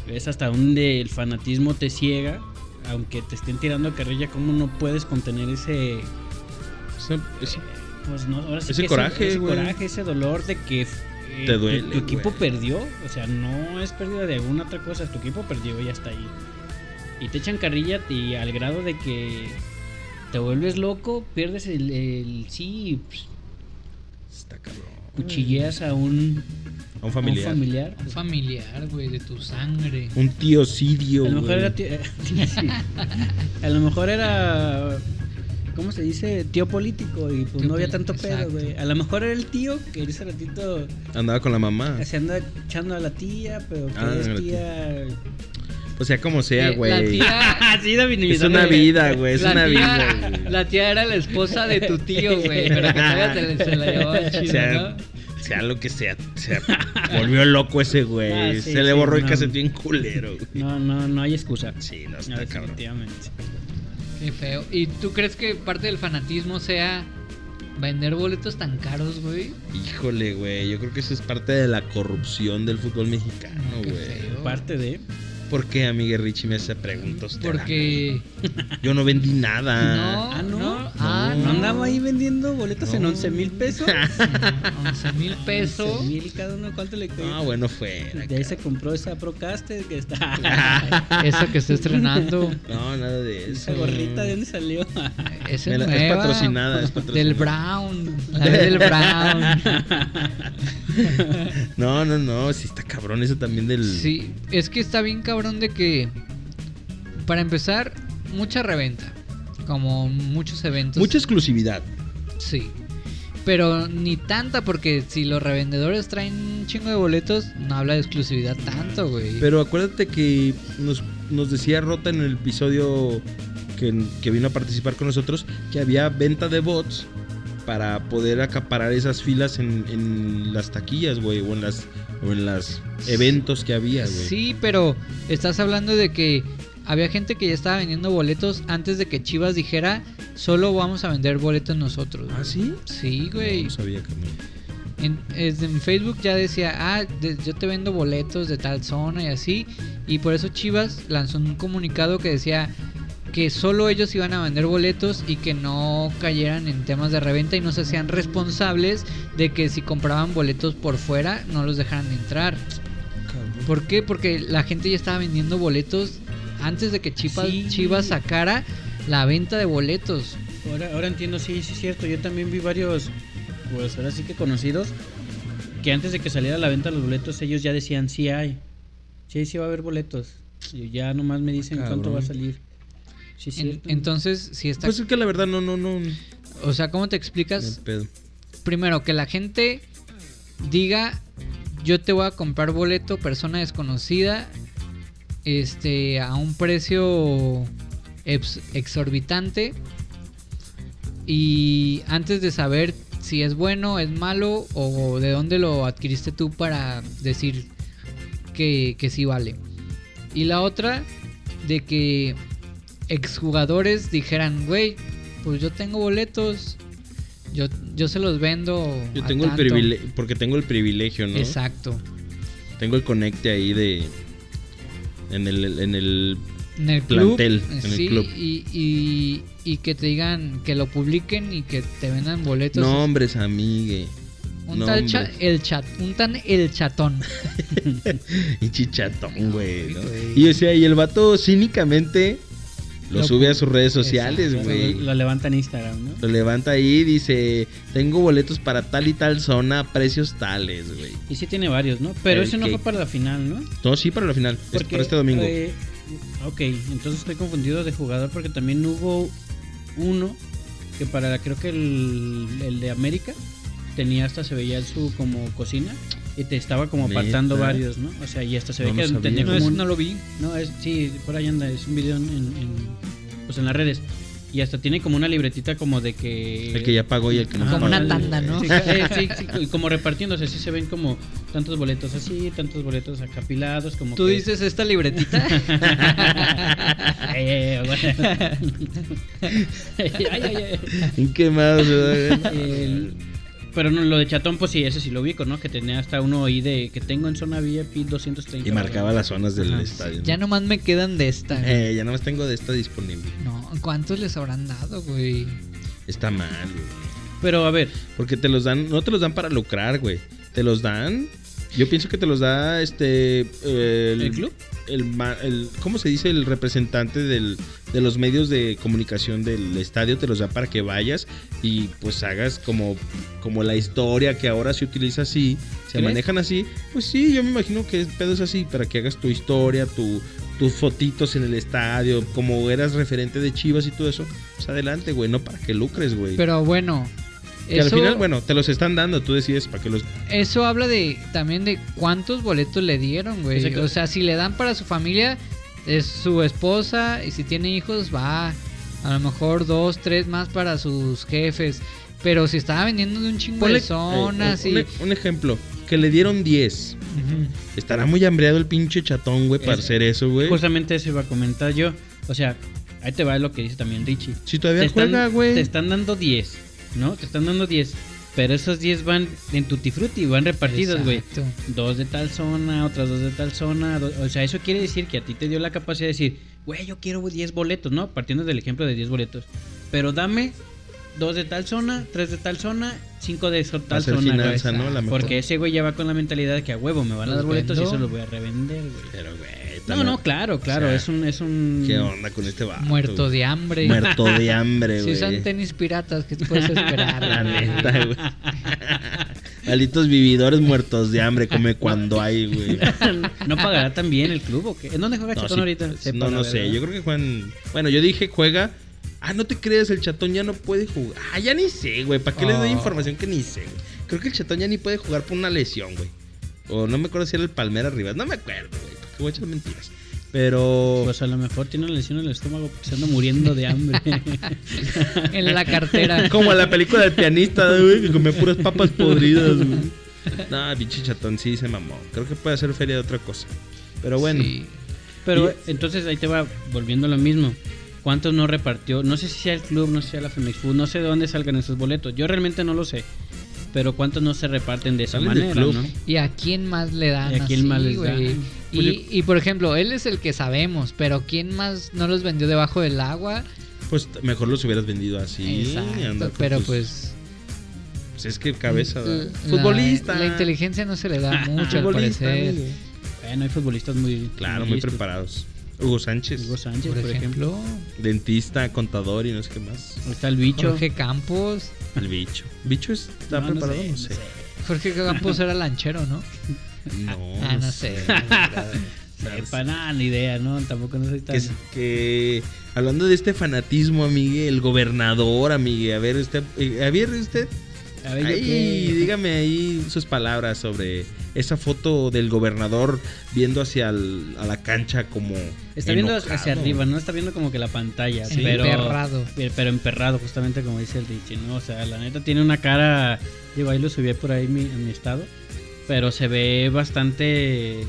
[SPEAKER 3] Es hasta donde el fanatismo te ciega, aunque te estén tirando carrilla, cómo no puedes contener ese,
[SPEAKER 1] Ese- ese-
[SPEAKER 3] pues no, ahora sí
[SPEAKER 1] Ese
[SPEAKER 3] que
[SPEAKER 1] coraje,
[SPEAKER 3] ese,
[SPEAKER 1] güey.
[SPEAKER 3] coraje, ese dolor de que eh,
[SPEAKER 1] Te
[SPEAKER 3] tu-
[SPEAKER 1] duele,
[SPEAKER 3] tu, equipo
[SPEAKER 1] güey.
[SPEAKER 3] perdió, o sea, no es pérdida de alguna otra cosa, tu equipo perdió y hasta ahí. Y te echan carrilla y al grado de que te vuelves loco, pierdes el, el sí, y, pues,
[SPEAKER 1] Está cabrón.
[SPEAKER 3] cuchilleas a un
[SPEAKER 1] A un
[SPEAKER 3] a un
[SPEAKER 1] familiar. Un,
[SPEAKER 3] familiar.
[SPEAKER 2] Un familiar, güey, de tu sangre.
[SPEAKER 1] tío sidio,
[SPEAKER 3] A lo mejor
[SPEAKER 1] güey.
[SPEAKER 3] era tío, sí. a lo mejor era ¿cómo se dice? tío político y pues
[SPEAKER 2] Tío
[SPEAKER 3] no había
[SPEAKER 2] poli-
[SPEAKER 3] tanto pedo,
[SPEAKER 2] exacto.
[SPEAKER 3] güey. A lo mejor era el tío que ese ratito
[SPEAKER 1] Andaba con la mamá.
[SPEAKER 3] Se anda echando a la tía, pero que
[SPEAKER 1] Ah, la
[SPEAKER 3] es tía.
[SPEAKER 1] O sea, como sea,
[SPEAKER 2] Eh, la
[SPEAKER 1] güey.
[SPEAKER 2] tía.
[SPEAKER 3] Ah, sí, David,
[SPEAKER 1] Es una vida, güey. Es
[SPEAKER 2] la
[SPEAKER 1] una
[SPEAKER 2] tía-
[SPEAKER 1] vida, güey.
[SPEAKER 2] La tía era la esposa de tu tío, güey. Pero que todavía se, le- se la llevaba
[SPEAKER 1] O
[SPEAKER 2] chido,
[SPEAKER 1] sea,
[SPEAKER 2] ¿no?
[SPEAKER 1] sea lo que sea, se volvió loco ese güey.
[SPEAKER 3] Ah, sí,
[SPEAKER 1] se le
[SPEAKER 3] sí,
[SPEAKER 1] borró el
[SPEAKER 3] no.
[SPEAKER 1] cassette bien culero, güey.
[SPEAKER 3] No, no, no hay excusa.
[SPEAKER 1] Sí, no
[SPEAKER 3] No,
[SPEAKER 1] está cabrón.
[SPEAKER 3] definitivamente.
[SPEAKER 2] Qué feo. ¿Y tú crees que parte del fanatismo sea vender boletos tan caros, güey?
[SPEAKER 1] Híjole, güey. Yo creo que eso es parte de la corrupción del fútbol mexicano,
[SPEAKER 2] Qué
[SPEAKER 1] güey.
[SPEAKER 2] feo.
[SPEAKER 3] Parte de.
[SPEAKER 1] ¿Por qué, amiga Richie, me hace preguntas? usted?
[SPEAKER 2] Porque.
[SPEAKER 1] Yo no vendí nada.
[SPEAKER 2] No,
[SPEAKER 3] Ah, no.
[SPEAKER 2] no. Ah,
[SPEAKER 3] ¿No
[SPEAKER 2] no.
[SPEAKER 3] andaba ahí vendiendo boletas en
[SPEAKER 1] No.
[SPEAKER 3] 11 mil pesos?
[SPEAKER 2] 11 mil pesos.
[SPEAKER 3] 11 mil cada uno, ¿cuánto le costó?
[SPEAKER 1] Ah, bueno, fue.
[SPEAKER 3] De ahí se compró esa Procaster que está.
[SPEAKER 1] Ah.
[SPEAKER 2] Esa que está estrenando.
[SPEAKER 1] No, nada de eso.
[SPEAKER 3] Esa gorrita, ¿de dónde salió?
[SPEAKER 2] Esa
[SPEAKER 1] Me la- es
[SPEAKER 2] nueva,
[SPEAKER 1] patrocinada, es patrocinada.
[SPEAKER 2] Del Brown. La ve del Brown.
[SPEAKER 1] No, no, no. Sí, está cabrón eso también del.
[SPEAKER 2] Sí, es que está bien cabrón de que. Para empezar, mucha reventa. Como muchos eventos.
[SPEAKER 1] Mucha exclusividad.
[SPEAKER 2] Sí. Pero ni tanta, porque si los revendedores traen un chingo de boletos, no habla de exclusividad tanto, güey.
[SPEAKER 1] Pero acuérdate que nos, nos decía Rota en el episodio que, que vino a participar con nosotros que había venta de bots para poder acaparar esas filas en, en las taquillas, güey, o en las o en las eventos que había, güey.
[SPEAKER 2] Sí, pero estás hablando de que había gente que ya estaba vendiendo boletos antes de que Chivas dijera, solo vamos a vender boletos nosotros.
[SPEAKER 1] ¿Ah, sí?
[SPEAKER 2] Sí, güey.
[SPEAKER 1] No sabía que no.
[SPEAKER 2] En, es- en Facebook ya decía, ah, de- yo te vendo boletos de tal zona y así. Y por eso Chivas lanzó un comunicado que decía que solo ellos iban a vender boletos y que no cayeran en temas de reventa y no se hacían responsables de que si compraban boletos por fuera no los dejaran entrar. ¿Por qué? Porque la gente ya estaba vendiendo boletos antes de que Chivas,
[SPEAKER 3] Sí.
[SPEAKER 2] Chivas sacara la venta de boletos.
[SPEAKER 3] Ahora, ahora entiendo, sí, sí es cierto. Yo también vi varios, pues ahora sí que conocidos, que antes de que saliera a la venta los boletos, ellos ya decían, sí hay. Sí, sí va a haber boletos. Y ya nomás me dicen
[SPEAKER 1] Cabrón.
[SPEAKER 3] cuánto va a salir. Sí, es
[SPEAKER 2] En-
[SPEAKER 3] cierto.
[SPEAKER 2] entonces, si está...
[SPEAKER 1] Pues es que la verdad no, no, no. no
[SPEAKER 2] o sea, ¿cómo te explicas?
[SPEAKER 1] hay pedo.
[SPEAKER 2] primero que la gente diga yo te voy a comprar boleto persona desconocida este a un precio ex- exorbitante y antes de saber si es bueno, es malo o de dónde lo adquiriste tú para decir que, que sí vale. Y la otra de que exjugadores dijeran, güey, pues yo tengo boletos, yo, yo se los vendo.
[SPEAKER 1] Yo
[SPEAKER 2] a
[SPEAKER 1] tengo el
[SPEAKER 2] tanto".
[SPEAKER 1] privilegio, porque tengo el privilegio, ¿no?
[SPEAKER 2] Exacto.
[SPEAKER 1] Tengo el conecte ahí de en el en el
[SPEAKER 2] En el club.
[SPEAKER 1] Plantel,
[SPEAKER 2] eh,
[SPEAKER 1] en el
[SPEAKER 2] sí,
[SPEAKER 1] club.
[SPEAKER 2] Y, y- y que te digan, que lo publiquen y que te vendan boletos.
[SPEAKER 1] nombres, amigue.
[SPEAKER 2] un
[SPEAKER 1] no,
[SPEAKER 2] tal
[SPEAKER 1] hombre.
[SPEAKER 2] cha- el chat, un tan el chatón.
[SPEAKER 1] Y chichatón, güey. ¿no?
[SPEAKER 2] güey.
[SPEAKER 1] Y o sea, y el vato cínicamente lo,
[SPEAKER 2] Lo
[SPEAKER 1] sube a sus redes sociales,
[SPEAKER 2] Exacto.
[SPEAKER 1] güey.
[SPEAKER 3] Lo levantan en Instagram, ¿no?
[SPEAKER 1] Lo levanta ahí y dice, tengo boletos para tal y tal zona, a precios tales, güey.
[SPEAKER 3] Y sí tiene varios, ¿no? Pero
[SPEAKER 1] El
[SPEAKER 3] ese no
[SPEAKER 1] que-
[SPEAKER 3] fue para la final, ¿no?
[SPEAKER 1] No, sí, para la final. es para este domingo.
[SPEAKER 3] eh, ok, entonces estoy confundido de jugador porque también hubo uno que para creo que el, el de América tenía hasta se veía en su como cocina y te estaba como
[SPEAKER 1] ¿Neta?
[SPEAKER 3] apartando varios, ¿no? O sea, y hasta se ve
[SPEAKER 1] No
[SPEAKER 3] que
[SPEAKER 1] lo sabía.
[SPEAKER 3] tenía
[SPEAKER 1] No,
[SPEAKER 3] como
[SPEAKER 1] eso
[SPEAKER 3] un-
[SPEAKER 2] lo vi.
[SPEAKER 3] no, es, sí, por ahí anda, es un video en, en- pues en las redes. Y hasta tiene como una libretita como de que...
[SPEAKER 1] El que ya pagó y el que no
[SPEAKER 3] Ajá.
[SPEAKER 2] Como una
[SPEAKER 1] pagó,
[SPEAKER 2] tanda,
[SPEAKER 1] güey.
[SPEAKER 2] ¿no?
[SPEAKER 3] Sí, eh, sí, sí, y como repartiéndose, así se ven como tantos boletos así, tantos boletos acapilados, como
[SPEAKER 2] ¿Tú
[SPEAKER 3] que-
[SPEAKER 2] dices esta libretita?
[SPEAKER 3] Ay, ay, ay, bueno. Ay, ay, ay.
[SPEAKER 1] Bien quemado, se va, güey.
[SPEAKER 3] El- pero no, lo de chatón, pues sí, ese sí lo ubico, ¿no? Que tenía hasta uno ahí de que tengo en zona VIP 230.
[SPEAKER 1] Y marcaba las zonas del
[SPEAKER 3] Ajá.
[SPEAKER 1] estadio. ¿no?
[SPEAKER 2] Ah, ya nomás me quedan de esta.
[SPEAKER 1] Eh, ya nada más tengo de esta disponible.
[SPEAKER 2] No, ¿cuántos les habrán dado, güey?
[SPEAKER 1] Está mal, güey.
[SPEAKER 3] Pero a ver,
[SPEAKER 1] Porque te los dan, no te los dan para lucrar, güey. Te los dan. Yo pienso que te los da este. El,
[SPEAKER 3] ¿El club?
[SPEAKER 1] El, ma- el- ¿Cómo se dice? El representante del, de los medios de comunicación del estadio. Te los da para que vayas y pues hagas como, como la historia que ahora se utiliza así. Se
[SPEAKER 3] ¿Crees?
[SPEAKER 1] manejan así. Pues sí, yo me imagino que el pedo es así. Para que hagas tu historia, tu, tus fotitos en el estadio. Como eras referente de Chivas y todo eso. Pues adelante, güey. No para que lucres, güey.
[SPEAKER 2] Pero bueno,
[SPEAKER 1] Que al final, bueno, te los están dando, tú decides para qué los.
[SPEAKER 2] eso habla de también de cuántos boletos le dieron, güey.
[SPEAKER 3] Exacto.
[SPEAKER 2] O sea, si le dan para su familia, es su esposa, y si tiene hijos, va. A lo mejor dos, tres más para sus jefes. Pero si estaba vendiendo de un chingo
[SPEAKER 1] Ponle-
[SPEAKER 2] de zonas
[SPEAKER 1] eh,
[SPEAKER 2] y.
[SPEAKER 1] un, un ejemplo, que le dieron 10.
[SPEAKER 2] Ujú.
[SPEAKER 1] Estará muy hambreado el pinche chatón, güey, para
[SPEAKER 3] Es-
[SPEAKER 1] hacer eso, güey.
[SPEAKER 3] justamente eso iba a comentar yo. O sea, ahí te va lo que dice también Richie.
[SPEAKER 1] si
[SPEAKER 3] Te
[SPEAKER 1] todavía
[SPEAKER 3] están,
[SPEAKER 1] juega,
[SPEAKER 3] te
[SPEAKER 1] güey.
[SPEAKER 3] están dando 10, ¿no? Te están dando 10. Pero esos 10 van en tutti frutti, van repartidos, güey.
[SPEAKER 2] Exacto.
[SPEAKER 3] Dos de tal zona, otras dos de tal zona. do- o sea, eso quiere decir que a ti te dio la capacidad de decir, güey, yo quiero 10 boletos, ¿no? Partiendo del ejemplo de 10 boletos. Pero dame dos de tal zona, tres de tal zona, cinco de so- tal
[SPEAKER 1] Hacer
[SPEAKER 3] zona. güey.
[SPEAKER 1] finanza, ¿no? A lo mejor.
[SPEAKER 3] Porque ese güey ya va con la mentalidad de que a huevo me van a
[SPEAKER 2] Los
[SPEAKER 3] dar boletos y
[SPEAKER 2] vendo.
[SPEAKER 3] eso los voy a revender, güey.
[SPEAKER 1] Pero, güey.
[SPEAKER 3] No,
[SPEAKER 1] también-
[SPEAKER 3] no, claro, claro.
[SPEAKER 1] o sea,
[SPEAKER 3] es un. Es un...
[SPEAKER 1] ¿Qué onda con este vato?
[SPEAKER 2] Muerto
[SPEAKER 1] güey?
[SPEAKER 2] de hambre.
[SPEAKER 1] Muerto de hambre,
[SPEAKER 2] Si
[SPEAKER 1] güey.
[SPEAKER 2] usan tenis piratas, ¿qué te puedes esperar?
[SPEAKER 1] La
[SPEAKER 2] güey?
[SPEAKER 1] neta, güey. Malditos vividores muertos de hambre, come cuando hay, güey.
[SPEAKER 3] ¿No pagará también el club o qué? ¿En dónde juega Chatón
[SPEAKER 1] sí,
[SPEAKER 3] ahorita?
[SPEAKER 1] pues,
[SPEAKER 3] Sepa,
[SPEAKER 1] no,
[SPEAKER 3] la
[SPEAKER 1] no sé.
[SPEAKER 3] verdad.
[SPEAKER 1] Yo creo que Juan. Bueno, yo dije juega. Ah, no te crees, el chatón ya no puede jugar. Ah, ya ni sé, güey. ¿Para qué les doy
[SPEAKER 2] Oh.
[SPEAKER 1] información que ni sé, güey? Creo que el chatón ya ni puede jugar por una lesión, güey. O no me acuerdo si era el Palmera Rivas. No me acuerdo, güey. ¿Para qué voy a echar mentiras? Pero.
[SPEAKER 3] Pues a lo mejor tiene una lesión en el estómago porque se anda muriendo de hambre.
[SPEAKER 2] En la cartera.
[SPEAKER 1] Como la película del pianista, güey, que comía puras papas podridas, güey. No, pinche chatón, sí se mamó. Creo que puede hacer feria de otra cosa. Pero bueno.
[SPEAKER 2] Sí.
[SPEAKER 3] Pero
[SPEAKER 1] Y-
[SPEAKER 3] entonces ahí te va volviendo a lo mismo. ¿Cuántos no repartió? No sé si sea el club, no sé si sea la Femex Food, no sé de dónde salgan esos boletos. Yo realmente no lo sé. Pero ¿cuántos no se reparten de esa
[SPEAKER 1] Salen del
[SPEAKER 3] manera?
[SPEAKER 1] club.
[SPEAKER 3] ¿no?
[SPEAKER 2] ¿Y a quién más le dan?
[SPEAKER 3] ¿Y a quién
[SPEAKER 2] así,
[SPEAKER 3] más les
[SPEAKER 2] güey?
[SPEAKER 3] dan? Pues
[SPEAKER 2] Y, y por ejemplo, él es el que sabemos, pero ¿quién más no los vendió debajo del agua?
[SPEAKER 1] Pues mejor los hubieras vendido así. y andar
[SPEAKER 2] Exacto,
[SPEAKER 1] con
[SPEAKER 2] pero
[SPEAKER 1] tus-
[SPEAKER 2] pues.
[SPEAKER 1] pues es que cabeza. da.
[SPEAKER 2] Mm, la-
[SPEAKER 1] futbolista.
[SPEAKER 2] La inteligencia no se le da mucho, al
[SPEAKER 1] Futbolista,
[SPEAKER 2] parecer.
[SPEAKER 1] amigo.
[SPEAKER 3] Bueno, hay futbolistas muy.
[SPEAKER 1] Claro, muy
[SPEAKER 3] listos.
[SPEAKER 1] preparados. Hugo Sánchez,
[SPEAKER 3] Hugo Sánchez,
[SPEAKER 2] Por
[SPEAKER 3] por, ejemplo.
[SPEAKER 2] ejemplo,
[SPEAKER 1] dentista, contador y no sé qué más.
[SPEAKER 3] Ahí Está el bicho.
[SPEAKER 2] Jorge Campos.
[SPEAKER 1] El bicho. ¿Bicho está
[SPEAKER 3] No, no
[SPEAKER 1] preparado?
[SPEAKER 3] sé,
[SPEAKER 1] No sé.
[SPEAKER 2] Jorge Campos era lanchero, ¿no?
[SPEAKER 1] No,
[SPEAKER 2] Ah, no sé.
[SPEAKER 3] Sepa, nada, ni idea, ¿no? Tampoco no soy tan.
[SPEAKER 1] que, es- que hablando de este fanatismo, amigue, el gobernador, amigue, a ver usted, eh, a ver usted,
[SPEAKER 3] A ver, yo
[SPEAKER 1] ahí,
[SPEAKER 3] qué-
[SPEAKER 1] dígame ahí sus palabras sobre esa foto del gobernador viendo hacia el- a la cancha como
[SPEAKER 3] Está viendo
[SPEAKER 1] enojado.
[SPEAKER 3] hacia arriba, no está viendo como que la pantalla,
[SPEAKER 2] Sí.
[SPEAKER 3] pero eh,
[SPEAKER 2] Emperrado.
[SPEAKER 3] Pero, pero emperrado, justamente como dice el Richie, ¿no? O sea, la neta tiene una cara, digo, ahí lo subí por ahí mi- en mi estado, pero se ve bastante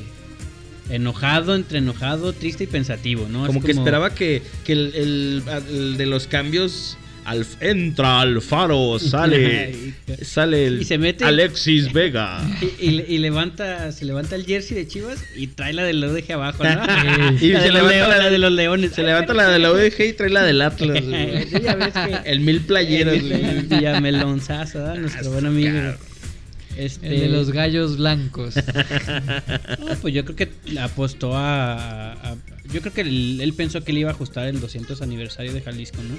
[SPEAKER 3] enojado, entre enojado, triste y pensativo, ¿no? Es
[SPEAKER 1] Como, que esperaba que, que el, el- el de los cambios al, entra Alfaro, sale sale el
[SPEAKER 3] Y se mete.
[SPEAKER 1] Alexis Vega.
[SPEAKER 3] Y, y- y levanta, se levanta el jersey de Chivas y trae la del ODG abajo, ¿no?
[SPEAKER 1] Y
[SPEAKER 3] la,
[SPEAKER 1] se levanta la
[SPEAKER 3] de los leo- la de los leones.
[SPEAKER 1] Se levanta la de la ODG y trae la del Atlas. güey.
[SPEAKER 3] Sí, ya ves que-
[SPEAKER 1] El mil playeras.
[SPEAKER 3] El
[SPEAKER 1] güey.
[SPEAKER 3] Villamelonzazo, ¿verdad? nuestro buen amigo.
[SPEAKER 1] Claro.
[SPEAKER 3] Este,
[SPEAKER 2] El de los gallos blancos.
[SPEAKER 3] no, pues yo creo que apostó a. a- yo creo que él, él pensó que le iba a ajustar el 200 aniversario de Jalisco, ¿no?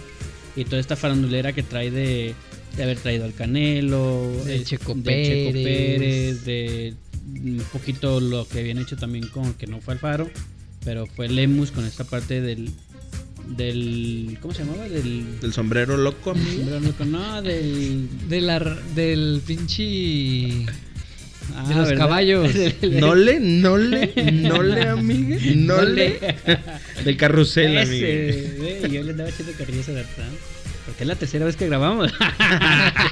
[SPEAKER 3] Y toda esta farandulera que trae de, de haber traído al Canelo,
[SPEAKER 2] De
[SPEAKER 3] es-
[SPEAKER 2] Checo
[SPEAKER 3] de
[SPEAKER 2] Pérez.
[SPEAKER 3] Pérez, de un poquito lo que habían hecho también con que no fue Alfaro, pero fue Lemus con esta parte del. del ¿Cómo se llamaba? Del.
[SPEAKER 1] El sombrero loco, amigo.
[SPEAKER 3] No, del.
[SPEAKER 2] De la, r- del pinche.
[SPEAKER 3] ah,
[SPEAKER 2] de los
[SPEAKER 3] ¿verdad?
[SPEAKER 2] caballos.
[SPEAKER 1] No le, no le, no le, amiga. No le. Del carrusel, amiga.
[SPEAKER 3] Ese, güey, yo le andaba echando carrillas a Dartán. Porque es la tercera vez que grabamos.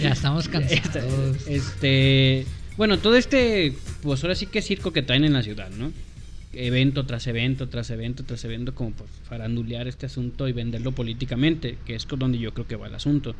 [SPEAKER 2] Ya estamos cansados.
[SPEAKER 3] este. Bueno, todo este. Pues ahora sí que circo que traen en la ciudad, ¿no? Evento tras evento, tras evento, tras evento, como por farandulear este asunto y venderlo políticamente, que es con donde yo creo que va el asunto.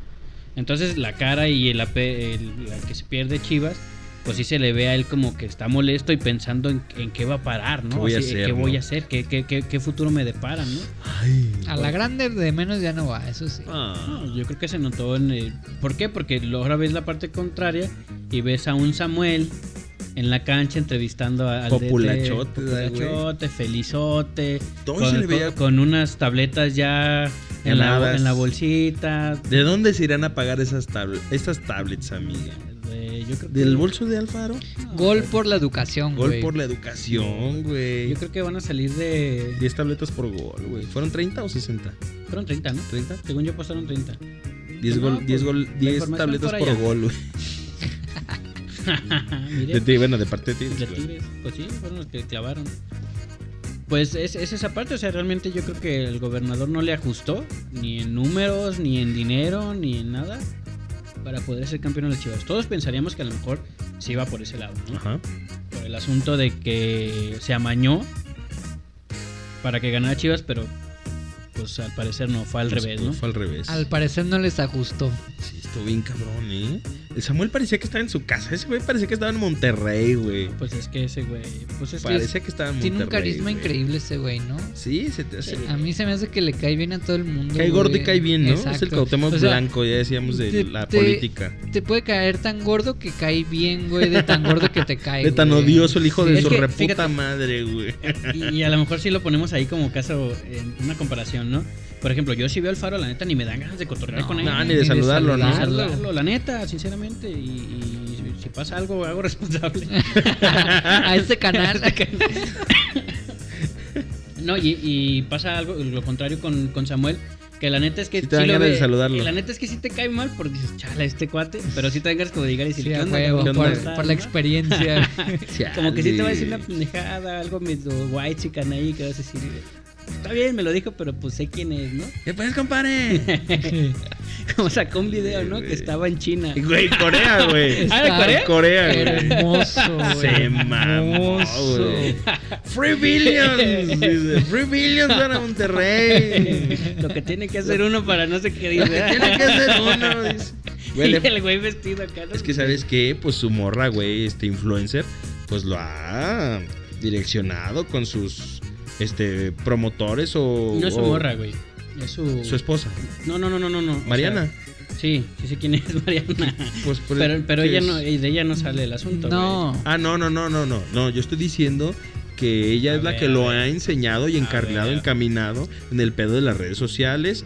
[SPEAKER 3] Entonces, la cara y el, ape- el- la que se pierde Chivas, pues sí se le ve a él como que está molesto y pensando en, en qué va a parar, ¿no?
[SPEAKER 1] ¿Qué voy a hacer,
[SPEAKER 3] ¿Qué voy
[SPEAKER 1] no?
[SPEAKER 3] a hacer? ¿Qué, qué, qué- qué futuro me depara, no?
[SPEAKER 1] Ay,
[SPEAKER 2] A la grande de menos ya no va, eso sí.
[SPEAKER 1] Ah.
[SPEAKER 3] No, yo creo que se notó en el... ¿Por qué? Porque lo- ahora ves la parte contraria y ves a un Samuel en la cancha entrevistando a- al DT,
[SPEAKER 1] Populachote, da, güey.
[SPEAKER 3] populachote, felizote,
[SPEAKER 1] Todo se
[SPEAKER 3] con,
[SPEAKER 1] le veía-
[SPEAKER 3] con- con unas tabletas ya en la,
[SPEAKER 1] Ganadas.
[SPEAKER 3] en la bolsita.
[SPEAKER 1] ¿De dónde se irán a pagar esas, tabl- estas tablets, amiga?
[SPEAKER 3] de- yo creo que-
[SPEAKER 1] ¿Del bolso de Alfaro?
[SPEAKER 2] Gol por la educación,
[SPEAKER 1] Gol
[SPEAKER 2] güey.
[SPEAKER 1] por la educación, güey.
[SPEAKER 3] Yo creo que van a salir de...
[SPEAKER 1] 10 tabletas por gol, güey. ¿Fueron 30 o 60?
[SPEAKER 3] Fueron 30, ¿no?
[SPEAKER 1] 30.
[SPEAKER 3] Según yo postaron 30.
[SPEAKER 1] 10
[SPEAKER 3] No,
[SPEAKER 1] gol,
[SPEAKER 3] pues,
[SPEAKER 1] 10 gol,
[SPEAKER 3] la
[SPEAKER 1] 10
[SPEAKER 3] información
[SPEAKER 1] tabletas
[SPEAKER 3] por
[SPEAKER 1] por,
[SPEAKER 3] allá.
[SPEAKER 1] gol, güey.
[SPEAKER 3] Mire.
[SPEAKER 1] De ti, bueno, de parte de ti.
[SPEAKER 3] Los pues, Tigres, pues sí, fueron los que clavaron. Pues es, es esa parte, o sea, realmente yo creo que el gobernador no le ajustó, ni en números, ni en dinero, ni en nada, para poder ser campeón de las Chivas. Todos pensaríamos que a lo mejor se iba por ese lado, ¿no?
[SPEAKER 1] Ajá.
[SPEAKER 3] Por el asunto de que se amañó para que ganara Chivas, pero pues al parecer no, fue al
[SPEAKER 1] Pues,
[SPEAKER 3] revés,
[SPEAKER 1] pues,
[SPEAKER 3] ¿no?
[SPEAKER 1] Fue al revés.
[SPEAKER 2] Al parecer no les ajustó.
[SPEAKER 1] Sí, Estuvo bien cabrón, ¿eh? El Samuel parecía que estaba en su casa. Ese güey parecía que estaba en Monterrey, güey.
[SPEAKER 3] Pues es que ese güey. Pues es que es-
[SPEAKER 1] Parecía que estaba en Monterrey.
[SPEAKER 2] Tiene un carisma
[SPEAKER 1] güey.
[SPEAKER 2] increíble ese güey, ¿no?
[SPEAKER 1] Sí, se te hace.
[SPEAKER 2] A mí se me hace que le cae bien a todo el mundo.
[SPEAKER 1] Cae
[SPEAKER 2] güey.
[SPEAKER 1] gordo y cae bien, ¿no? Es el
[SPEAKER 2] Exacto.
[SPEAKER 1] Cuauhtémoc
[SPEAKER 2] O sea,
[SPEAKER 1] blanco, ya decíamos, de
[SPEAKER 2] te-
[SPEAKER 1] la
[SPEAKER 2] te-
[SPEAKER 1] política.
[SPEAKER 2] Te puede caer tan gordo que cae bien, güey, de tan gordo que te cae.
[SPEAKER 1] De tan
[SPEAKER 2] güey.
[SPEAKER 1] odioso el hijo
[SPEAKER 3] Sí.
[SPEAKER 1] de
[SPEAKER 3] Es
[SPEAKER 1] su
[SPEAKER 3] que,
[SPEAKER 1] reputa
[SPEAKER 3] fíjate.
[SPEAKER 1] madre, güey.
[SPEAKER 3] Y, y a lo mejor sí lo ponemos ahí como caso, en una comparación, ¿no? Por ejemplo, yo si veo al faro, la neta, ni me dan ganas de cotorrear
[SPEAKER 2] No,
[SPEAKER 3] con él.
[SPEAKER 1] No, ni de saludarlo, ¿no?
[SPEAKER 3] Ni saludarlo, la neta, sinceramente. Y, y si pasa algo, hago responsable.
[SPEAKER 2] a este canal.
[SPEAKER 3] No, y, y pasa algo, lo contrario con, con Samuel, que la neta es que
[SPEAKER 1] Sí te dan
[SPEAKER 3] lo
[SPEAKER 1] ganas de
[SPEAKER 3] ve-
[SPEAKER 1] saludarlo.
[SPEAKER 3] La neta es que sí te cae mal porque dices, chala, este cuate, pero sí te dan ganas como de llegar y decir,
[SPEAKER 2] Sí,
[SPEAKER 3] "¿Qué
[SPEAKER 2] a
[SPEAKER 3] onda,
[SPEAKER 2] huevo,
[SPEAKER 3] cabrón?
[SPEAKER 1] onda?
[SPEAKER 2] por,
[SPEAKER 3] ¿Cómo
[SPEAKER 2] por la
[SPEAKER 3] estás, no?"
[SPEAKER 2] experiencia.
[SPEAKER 3] Como que sí te va a decir una
[SPEAKER 1] Chale.
[SPEAKER 3] pendejada, algo medio guay chican ahí, que vas a decir, está bien, me lo dijo, pero pues sé quién es, ¿no?
[SPEAKER 1] ¿Qué puedes, compadre?
[SPEAKER 3] Como sacó un video, ¿no? Que estaba en China.
[SPEAKER 1] Güey, Corea, güey.
[SPEAKER 3] Ah, ¿de Corea?
[SPEAKER 1] Corea, güey.
[SPEAKER 2] Hermoso, güey.
[SPEAKER 1] Se mamó,
[SPEAKER 2] Hermoso.
[SPEAKER 1] güey. Free Billions. dice, Free Billions van a Monterrey.
[SPEAKER 3] Lo que tiene que hacer uno para no sé qué dice.
[SPEAKER 1] Tiene que ser uno, dice. Güey,
[SPEAKER 3] Y
[SPEAKER 1] le-
[SPEAKER 3] el güey vestido acá. ¿no?
[SPEAKER 1] Es que, ¿sabes qué? Pues su morra, güey, este influencer, pues lo ha direccionado con sus este promotores o.
[SPEAKER 3] No es su
[SPEAKER 1] o
[SPEAKER 3] morra, güey. Es su...
[SPEAKER 1] Oh. Su esposa.
[SPEAKER 3] No, no, no, no, no. no. O
[SPEAKER 1] Mariana.
[SPEAKER 3] sea, sí, sí sé quién es Mariana.
[SPEAKER 1] Pues, por-
[SPEAKER 3] Pero, pero
[SPEAKER 1] sí
[SPEAKER 3] ella
[SPEAKER 1] es-
[SPEAKER 3] no, y de ella no sale el asunto. güey.
[SPEAKER 2] No.
[SPEAKER 1] Ah, no, no, no, no, no. No, yo estoy diciendo que ella
[SPEAKER 3] A
[SPEAKER 1] es la
[SPEAKER 3] ver,
[SPEAKER 1] que
[SPEAKER 3] a
[SPEAKER 1] lo
[SPEAKER 3] ver.
[SPEAKER 1] ha enseñado y
[SPEAKER 3] A
[SPEAKER 1] encarnado,
[SPEAKER 3] ver.
[SPEAKER 1] encaminado en el pedo de las redes sociales.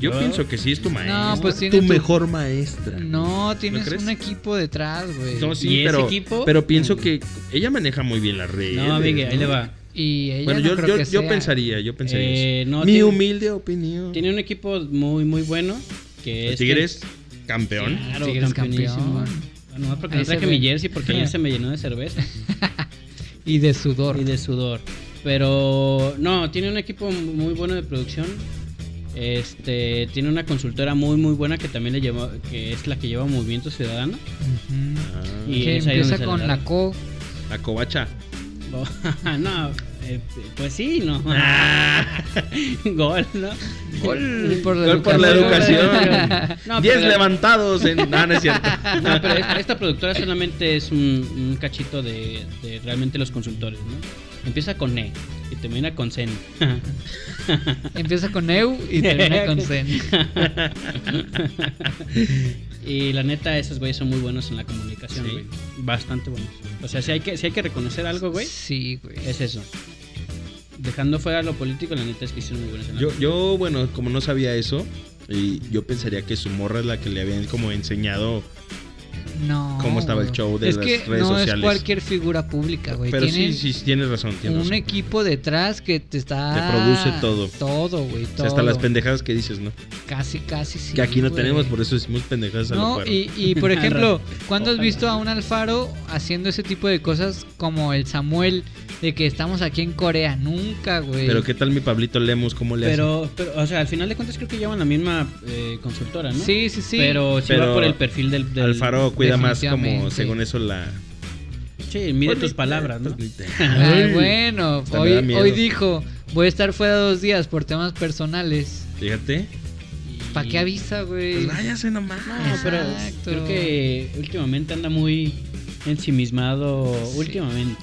[SPEAKER 1] Yo
[SPEAKER 3] Yo-
[SPEAKER 1] pienso que sí es tu maestra.
[SPEAKER 2] pues tiene
[SPEAKER 1] tu
[SPEAKER 2] tu-
[SPEAKER 1] mejor maestra.
[SPEAKER 2] No, tienes
[SPEAKER 1] crees?
[SPEAKER 2] un equipo detrás, güey.
[SPEAKER 1] No, sí,
[SPEAKER 3] ¿Y ese
[SPEAKER 1] pero,
[SPEAKER 3] equipo?
[SPEAKER 1] pero pienso que ella maneja muy bien las redes.
[SPEAKER 3] No, amigue, ahí
[SPEAKER 1] ¿no?
[SPEAKER 3] le va.
[SPEAKER 2] Y ella
[SPEAKER 1] Bueno,
[SPEAKER 2] no
[SPEAKER 1] yo,
[SPEAKER 2] creo
[SPEAKER 1] yo,
[SPEAKER 2] que
[SPEAKER 1] yo
[SPEAKER 2] sea.
[SPEAKER 1] pensaría, yo pensaría
[SPEAKER 3] Eh,
[SPEAKER 1] eso.
[SPEAKER 3] no,
[SPEAKER 1] Mi
[SPEAKER 3] tiene-
[SPEAKER 1] humilde opinión.
[SPEAKER 3] Tiene un equipo muy, muy bueno. Que
[SPEAKER 1] Los
[SPEAKER 3] es
[SPEAKER 1] Tigres, campeón.
[SPEAKER 3] Claro,
[SPEAKER 2] Tigres
[SPEAKER 3] campeonísimo.
[SPEAKER 2] campeón.
[SPEAKER 3] Ah, Nomás porque
[SPEAKER 2] Ahí
[SPEAKER 3] no
[SPEAKER 2] se
[SPEAKER 3] traje
[SPEAKER 2] ve.
[SPEAKER 3] mi jersey porque ayer se me llenó de cerveza
[SPEAKER 2] Y de sudor.
[SPEAKER 3] y de sudor. Pero no, tiene un equipo muy bueno de producción. Este, tiene una consultora muy muy buena que también le lleva, que es la que lleva Movimiento Ciudadano.
[SPEAKER 2] Ujú.
[SPEAKER 1] Ah,
[SPEAKER 3] Y
[SPEAKER 2] que
[SPEAKER 3] es ahí
[SPEAKER 2] empieza
[SPEAKER 3] donde se
[SPEAKER 2] con
[SPEAKER 3] le
[SPEAKER 2] la
[SPEAKER 3] da.
[SPEAKER 2] co.
[SPEAKER 1] La covacha.
[SPEAKER 3] no, eh, pues sí, no. Gol, ¿no?
[SPEAKER 2] Gol por la
[SPEAKER 1] Gol por la
[SPEAKER 2] educación.
[SPEAKER 1] educación.
[SPEAKER 3] No,
[SPEAKER 1] Diez
[SPEAKER 3] pero-
[SPEAKER 1] levantados en. Ah, No, no es cierto.
[SPEAKER 3] No, pero esta, esta productora solamente es un, un cachito de, de realmente los consultores, ¿no? Empieza con E y termina con Zen.
[SPEAKER 2] Empieza con EU y termina con Zen.
[SPEAKER 3] y la neta, esos güeyes son muy buenos en la comunicación,
[SPEAKER 1] Sí.
[SPEAKER 3] güey. Bastante buenos. O sea, si hay que, si hay que reconocer algo, güey,
[SPEAKER 2] Sí, güey.
[SPEAKER 3] es eso. Dejando fuera lo político, la neta es que son muy buenos en la
[SPEAKER 1] Yo, yo, bueno, como no sabía eso, y yo pensaría que su morra es la que le habían como enseñado.
[SPEAKER 2] No.
[SPEAKER 1] cómo estaba el
[SPEAKER 2] güey.
[SPEAKER 1] show de
[SPEAKER 2] es
[SPEAKER 1] las
[SPEAKER 2] que
[SPEAKER 1] redes
[SPEAKER 2] no es
[SPEAKER 1] sociales.
[SPEAKER 2] cualquier figura pública, güey.
[SPEAKER 1] pero sí,
[SPEAKER 2] Tienen
[SPEAKER 1] sí, sí, tienes razón, tienes
[SPEAKER 2] un
[SPEAKER 1] razón.
[SPEAKER 2] equipo detrás que te está.
[SPEAKER 1] Te produce todo.
[SPEAKER 2] Todo, güey.
[SPEAKER 1] O
[SPEAKER 2] Todo.
[SPEAKER 1] sea, hasta las pendejadas que dices, ¿no?
[SPEAKER 2] Casi, casi sí.
[SPEAKER 1] que aquí no
[SPEAKER 2] güey.
[SPEAKER 1] tenemos, por eso decimos pendejadas a lo
[SPEAKER 2] No,
[SPEAKER 1] cuero.
[SPEAKER 2] y, y por ejemplo, ¿cuándo has
[SPEAKER 3] Ojalá.
[SPEAKER 2] visto a un Alfaro haciendo ese tipo de cosas como el Samuel de que estamos aquí en Corea? Nunca, güey.
[SPEAKER 1] Pero qué tal mi Pablito Lemos, cómo le hace.
[SPEAKER 3] Pero, pero, o sea, al final de cuentas creo que llevan la misma eh, consultora, ¿no?
[SPEAKER 2] Sí, sí, sí.
[SPEAKER 3] Pero si
[SPEAKER 1] Pero
[SPEAKER 3] va por el perfil del... del-
[SPEAKER 1] Alfaro cuida más como,
[SPEAKER 2] definitivamente.
[SPEAKER 1] según eso, la...
[SPEAKER 3] Sí, mide
[SPEAKER 1] Pues,
[SPEAKER 3] tus palabras, ¿no?
[SPEAKER 1] pues,
[SPEAKER 2] Ay, bueno,
[SPEAKER 1] hasta me da
[SPEAKER 2] hoy,
[SPEAKER 1] miedo.
[SPEAKER 2] hoy dijo, voy a estar fuera dos días por temas personales.
[SPEAKER 1] Fíjate.
[SPEAKER 2] ¿Para qué avisa, güey?
[SPEAKER 1] Pues váyase nomás.
[SPEAKER 3] No, Ah, pero
[SPEAKER 2] Exacto.
[SPEAKER 3] creo que últimamente anda muy ensimismado,
[SPEAKER 2] Sí.
[SPEAKER 3] últimamente.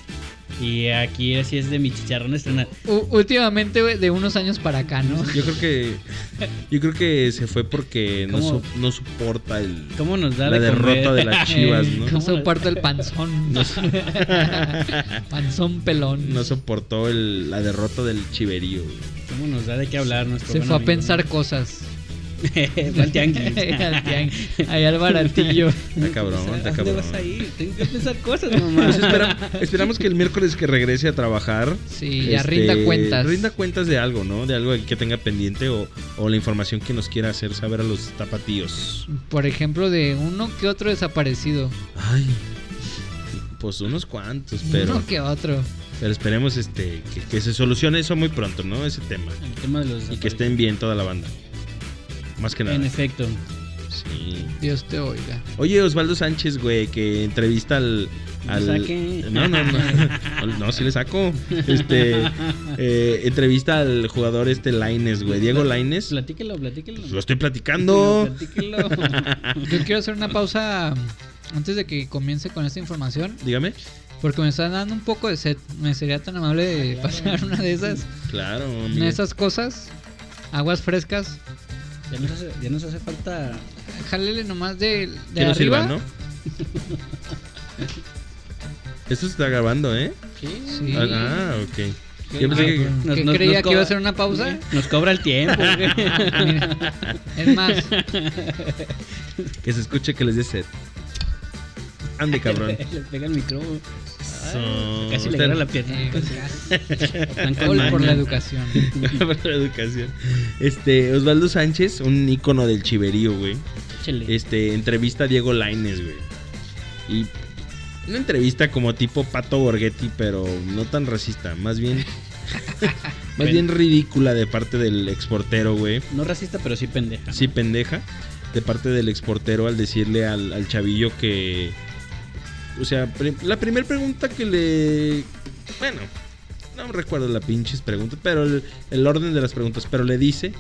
[SPEAKER 3] Y aquí así es de mi chicharrón estrenar.
[SPEAKER 2] U- últimamente, güey, de unos años para acá, ¿no?
[SPEAKER 1] Yo creo que yo creo que se fue porque no,
[SPEAKER 3] ¿Cómo?
[SPEAKER 1] su- no soporta el
[SPEAKER 3] ¿Cómo nos da
[SPEAKER 1] la
[SPEAKER 3] de comer?
[SPEAKER 1] derrota de las Chivas,
[SPEAKER 2] Eh,
[SPEAKER 1] ¿no?
[SPEAKER 2] No soporta el panzón. panzón pelón.
[SPEAKER 1] No soportó el- la derrota del chiverío. güey.
[SPEAKER 3] ¿Cómo nos da de qué hablar nuestro
[SPEAKER 2] Se
[SPEAKER 3] buen
[SPEAKER 2] fue a
[SPEAKER 3] amigo, ¿no?
[SPEAKER 2] pensar cosas.
[SPEAKER 3] Fue al tianguis.
[SPEAKER 2] Al tianguis, Ahí al baratillo.
[SPEAKER 1] Está cabrón,
[SPEAKER 3] pues, ¿A
[SPEAKER 1] está
[SPEAKER 3] dónde
[SPEAKER 1] cabrón.
[SPEAKER 3] vas a ir? Tengo que pensar cosas, mamá.
[SPEAKER 1] Pues espera- esperamos que el miércoles que regrese a trabajar.
[SPEAKER 2] Sí, ya
[SPEAKER 1] este,
[SPEAKER 2] rinda cuentas.
[SPEAKER 1] Rinda cuentas de algo, ¿no? De algo que tenga pendiente o, o la información que nos quiera hacer saber a los tapatíos.
[SPEAKER 2] Por ejemplo, de uno que otro desaparecido.
[SPEAKER 1] Ay. Pues unos cuantos, pero,
[SPEAKER 2] Uno que otro.
[SPEAKER 1] pero esperemos este que, que se solucione eso muy pronto, ¿no? Ese tema.
[SPEAKER 3] El tema de los
[SPEAKER 2] este-
[SPEAKER 1] Y que estén bien toda la banda. Más que nada.
[SPEAKER 3] En efecto.
[SPEAKER 1] Sí.
[SPEAKER 2] Dios te oiga.
[SPEAKER 1] Oye, Osvaldo Sánchez, güey, que entrevista al.
[SPEAKER 3] No
[SPEAKER 1] al-
[SPEAKER 3] saque.
[SPEAKER 1] No, no, no. No, sí le saco. Este. eh, entrevista al jugador este Laines, güey. Diego Laines.
[SPEAKER 3] Pues, Platíquelo, platíquelo.
[SPEAKER 1] Pues, Lo estoy platicando.
[SPEAKER 3] Platíquelo.
[SPEAKER 2] Yo quiero hacer una pausa um, antes de que comience con esta información.
[SPEAKER 1] Dígame.
[SPEAKER 2] Porque me están dando un poco de sed. Me sería tan amable de pasar una de esas.
[SPEAKER 1] Claro,
[SPEAKER 2] Una
[SPEAKER 1] amigo.
[SPEAKER 2] de esas cosas. Aguas frescas.
[SPEAKER 3] ya, nos hace, ya nos hace falta.
[SPEAKER 2] Jálele nomás
[SPEAKER 1] Que
[SPEAKER 2] de, de
[SPEAKER 1] no
[SPEAKER 2] arriba.
[SPEAKER 1] sirva, ¿no? Esto se está grabando, ¿eh?
[SPEAKER 2] Sí.
[SPEAKER 1] Ah, Ah, ok.
[SPEAKER 3] Sí.
[SPEAKER 1] Yo pensé que.
[SPEAKER 3] Nos-
[SPEAKER 2] ¿Qué creía
[SPEAKER 3] nos- nos
[SPEAKER 2] que iba a
[SPEAKER 3] cobra-
[SPEAKER 2] ser una pausa?
[SPEAKER 3] Nos cobra el tiempo. güey.
[SPEAKER 2] Mira, es más, eh,
[SPEAKER 1] Que se escuche que les dé sed. Ande, cabrón.
[SPEAKER 3] Le pega el micrófono. Ay,
[SPEAKER 1] Son-
[SPEAKER 3] Casi le
[SPEAKER 1] Usted-
[SPEAKER 3] agarra la pierna.
[SPEAKER 2] eh, gracias
[SPEAKER 3] Están con
[SPEAKER 2] Paul, por la
[SPEAKER 3] maña.
[SPEAKER 2] educación.
[SPEAKER 1] Por la educación. Este, Osvaldo Sánchez, un ícono del chiverío, güey.
[SPEAKER 3] Échale.
[SPEAKER 1] Este, entrevista a Diego Laines, güey. Y una entrevista como tipo Pato Borghetti, pero no tan racista, más bien. más bien ridícula de parte del exportero, güey.
[SPEAKER 3] No racista, pero sí pendeja.
[SPEAKER 1] Sí, pendeja. De parte del exportero al decirle al, al chavillo que. O sea, pri- la primera pregunta que le. Bueno, no recuerdo la pinches pregunta, pero el, el orden de las preguntas, pero le dice.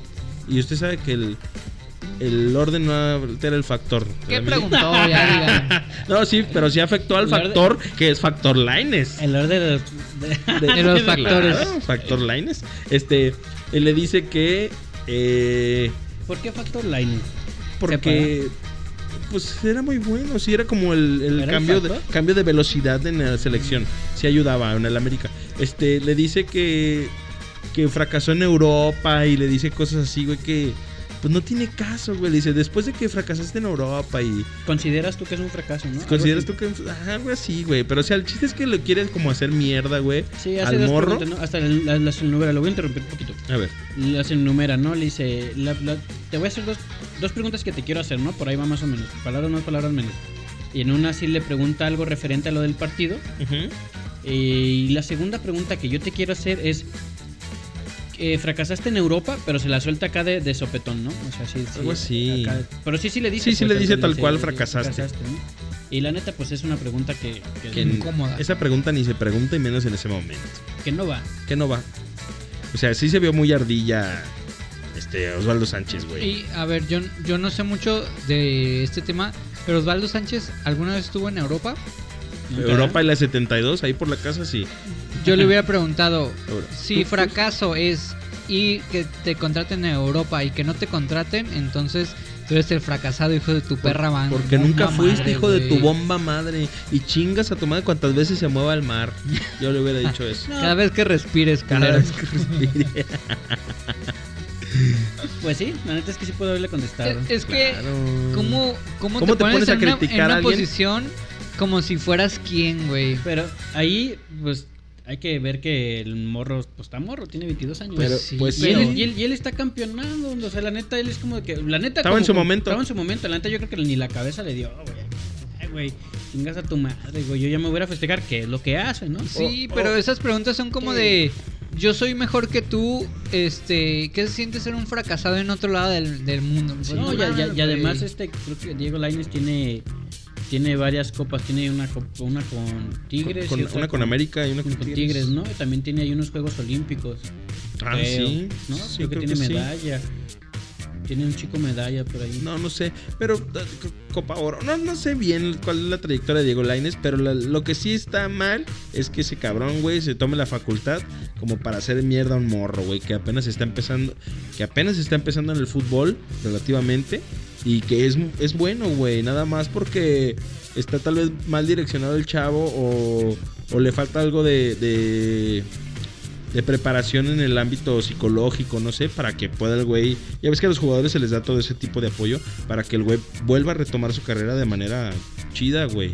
[SPEAKER 1] Y usted sabe que el, el orden no altera el factor.
[SPEAKER 2] ¿Qué
[SPEAKER 1] ¿verdad, amigo?
[SPEAKER 2] preguntó? Ya digan.
[SPEAKER 1] No, sí, pero sí afectó al
[SPEAKER 3] El orden-
[SPEAKER 1] factor que es factor Lines.
[SPEAKER 3] El orden de los, de-
[SPEAKER 2] De los factores.
[SPEAKER 1] Claro, factor Lines. Este, él le dice que. Eh,
[SPEAKER 3] ¿Por qué factor line?
[SPEAKER 1] Porque pues era muy bueno, sí era como el, el
[SPEAKER 3] ¿Era el
[SPEAKER 1] cambio de
[SPEAKER 3] factor?
[SPEAKER 1] cambio de velocidad en la selección, sí ayudaba en el América. Este le dice que que fracasó en Europa y le dice cosas así, güey, que pues no tiene caso, güey. Le dice, después de que fracasaste en Europa y
[SPEAKER 3] Consideras tú que es un fracaso, ¿no?
[SPEAKER 1] consideras tú
[SPEAKER 3] Ah, Algo
[SPEAKER 1] que ajá, algo así, güey, pero o sea, el chiste es que lo quieres como hacer mierda, güey,
[SPEAKER 3] así. Sí, hace
[SPEAKER 1] al
[SPEAKER 3] dos
[SPEAKER 1] morro.
[SPEAKER 3] preguntas, ¿no? Hasta el- la- las enumera, lo voy a interrumpir un poquito.
[SPEAKER 1] A ver,
[SPEAKER 3] Las enumera, ¿no? Le dice, la- la- te voy a hacer dos, dos preguntas que te quiero hacer, ¿no? Por ahí va más o menos. Palabras más, palabras menos. Y en una sí le pregunta algo referente a lo del partido. Eh, y la segunda pregunta que yo te quiero hacer es... eh, fracasaste en Europa, pero se la suelta acá de, de sopetón, ¿no? O sea, sí, sí,
[SPEAKER 1] Algo así.
[SPEAKER 3] acá- pero sí, sí le dice.
[SPEAKER 1] Sí, sí
[SPEAKER 3] pues,
[SPEAKER 1] le dice
[SPEAKER 3] o sea,
[SPEAKER 1] tal cual,
[SPEAKER 3] sí,
[SPEAKER 1] fracasaste.
[SPEAKER 3] ¿no? Y la neta, pues es una pregunta que, que-
[SPEAKER 1] Que-
[SPEAKER 2] Incómoda.
[SPEAKER 1] esa pregunta ni se pregunta y menos en ese momento.
[SPEAKER 3] que no va.
[SPEAKER 1] que no va. O sea, sí se vio muy ardilla este Osvaldo Sánchez, güey.
[SPEAKER 2] Y a ver, yo, yo no sé mucho de este tema, pero Osvaldo Sánchez alguna vez estuvo en Europa.
[SPEAKER 3] Nunca.
[SPEAKER 1] Europa y la 72, ahí por la casa, sí.
[SPEAKER 2] Yo le hubiera preguntado
[SPEAKER 1] Ahora,
[SPEAKER 2] si fracaso es y que te contraten en Europa y que no te contraten, entonces tú eres el fracasado hijo de tu perra van.
[SPEAKER 1] Porque nunca
[SPEAKER 2] Mamá
[SPEAKER 1] fuiste
[SPEAKER 2] madre,
[SPEAKER 1] hijo de tu
[SPEAKER 2] güey.
[SPEAKER 1] bomba madre y chingas a tu madre cuantas veces se mueva el mar. Yo le hubiera dicho eso.
[SPEAKER 2] Cada vez que respires,
[SPEAKER 1] Cada
[SPEAKER 2] culero.
[SPEAKER 1] vez que respire.
[SPEAKER 3] Pues sí, la neta es que sí puedo haberle contestado.
[SPEAKER 2] Es, es que,
[SPEAKER 1] Claro.
[SPEAKER 2] ¿cómo, cómo,
[SPEAKER 1] ¿Cómo
[SPEAKER 2] te, pones, a criticar en
[SPEAKER 1] a
[SPEAKER 2] una
[SPEAKER 1] alguien?
[SPEAKER 2] posición como si fueras quien, güey?
[SPEAKER 3] Pero ahí, pues, hay que ver que el morro, pues está morro, tiene 22 años.
[SPEAKER 1] Pero,
[SPEAKER 2] sí,
[SPEAKER 1] pues
[SPEAKER 3] y,
[SPEAKER 1] sí.
[SPEAKER 3] él, y él- y él está campeonado, o sea, la neta, él es como que. La neta,
[SPEAKER 1] Estaba
[SPEAKER 3] como-
[SPEAKER 1] en su momento.
[SPEAKER 3] Estaba en su momento, la neta, yo creo que ni la cabeza le dio, güey. Ay, güey, chingas a tu madre, güey. Yo ya me voy a ir a festejar, que es lo que hace, ¿no?
[SPEAKER 2] Sí,
[SPEAKER 1] O-
[SPEAKER 2] pero
[SPEAKER 1] o-
[SPEAKER 2] esas preguntas son como de yo soy mejor que tú, este, ¿qué se siente ser un fracasado en otro lado del, del mundo? Pues
[SPEAKER 3] No,
[SPEAKER 2] no
[SPEAKER 3] ya- ya-
[SPEAKER 2] mames,
[SPEAKER 3] y además,
[SPEAKER 2] güey.
[SPEAKER 3] este, creo que Diego Laines tiene. Tiene varias copas, tiene una, cop- una con Tigres.
[SPEAKER 1] Con-
[SPEAKER 3] y
[SPEAKER 1] con-
[SPEAKER 3] otra
[SPEAKER 1] una con América y una con,
[SPEAKER 3] con Tigres. ¿no? Y también tiene ahí unos Juegos Olímpicos.
[SPEAKER 1] Ah,
[SPEAKER 3] creo,
[SPEAKER 1] sí.
[SPEAKER 3] ¿no?
[SPEAKER 1] Sí,
[SPEAKER 3] creo, que tiene
[SPEAKER 1] sí.
[SPEAKER 3] medalla. Tiene un chico medalla por ahí.
[SPEAKER 1] No, no sé, pero eh, c- Copa Oro. No, no sé bien cuál es la trayectoria de Diego Laines, pero la- lo que sí está mal es que ese cabrón, güey, se tome la facultad como para hacer mierda a un morro, güey, que apenas está empezando, que apenas está empezando en el fútbol relativamente y que es, es bueno, güey, nada más porque está tal vez mal direccionado el chavo o, o le falta algo de- de de preparación en el ámbito psicológico, no sé, para que pueda el güey, ya ves que a los jugadores se les da todo ese tipo de apoyo para que el güey vuelva a retomar su carrera de manera chida, güey.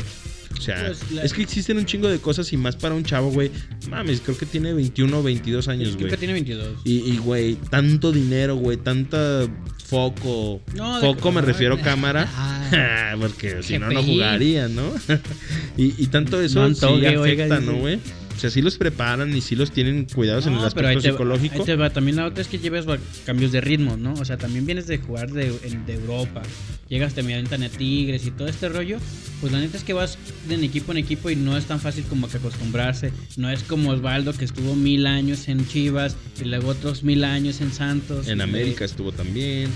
[SPEAKER 1] O sea,
[SPEAKER 3] Pues la-
[SPEAKER 1] es que existen un chingo de cosas y más para un chavo, güey. Mames, creo que tiene 21 o 22 años,
[SPEAKER 3] Creo
[SPEAKER 1] güey.
[SPEAKER 3] que tiene 22.
[SPEAKER 1] Y, y, güey, tanto dinero, güey, tanta foco.
[SPEAKER 3] No, de-
[SPEAKER 1] foco me refiero a
[SPEAKER 3] Ah,
[SPEAKER 1] cámara.
[SPEAKER 2] Ah,
[SPEAKER 1] Porque si no, no
[SPEAKER 2] GPI.
[SPEAKER 1] jugaría, ¿no? y, y tanto eso
[SPEAKER 3] No
[SPEAKER 1] sí
[SPEAKER 3] antoje, oiga,
[SPEAKER 1] afecta,
[SPEAKER 3] dice.
[SPEAKER 1] ¿no, güey? O sea, sí los preparan y sí los tienen cuidados en el
[SPEAKER 3] No,
[SPEAKER 1] aspecto
[SPEAKER 3] ahí te-
[SPEAKER 1] psicológico.
[SPEAKER 3] ahí te va. También la otra es que lleves va- cambios de ritmo, ¿no? O sea, también vienes de jugar de, en- de Europa. Llegas también a Tigres y todo este rollo. Pues la neta es que vas de en equipo en equipo y no es tan fácil como que acostumbrarse. No es como Osvaldo que estuvo mil años en Chivas y luego otros mil años en Santos.
[SPEAKER 1] En
[SPEAKER 3] Y-
[SPEAKER 1] América estuvo también.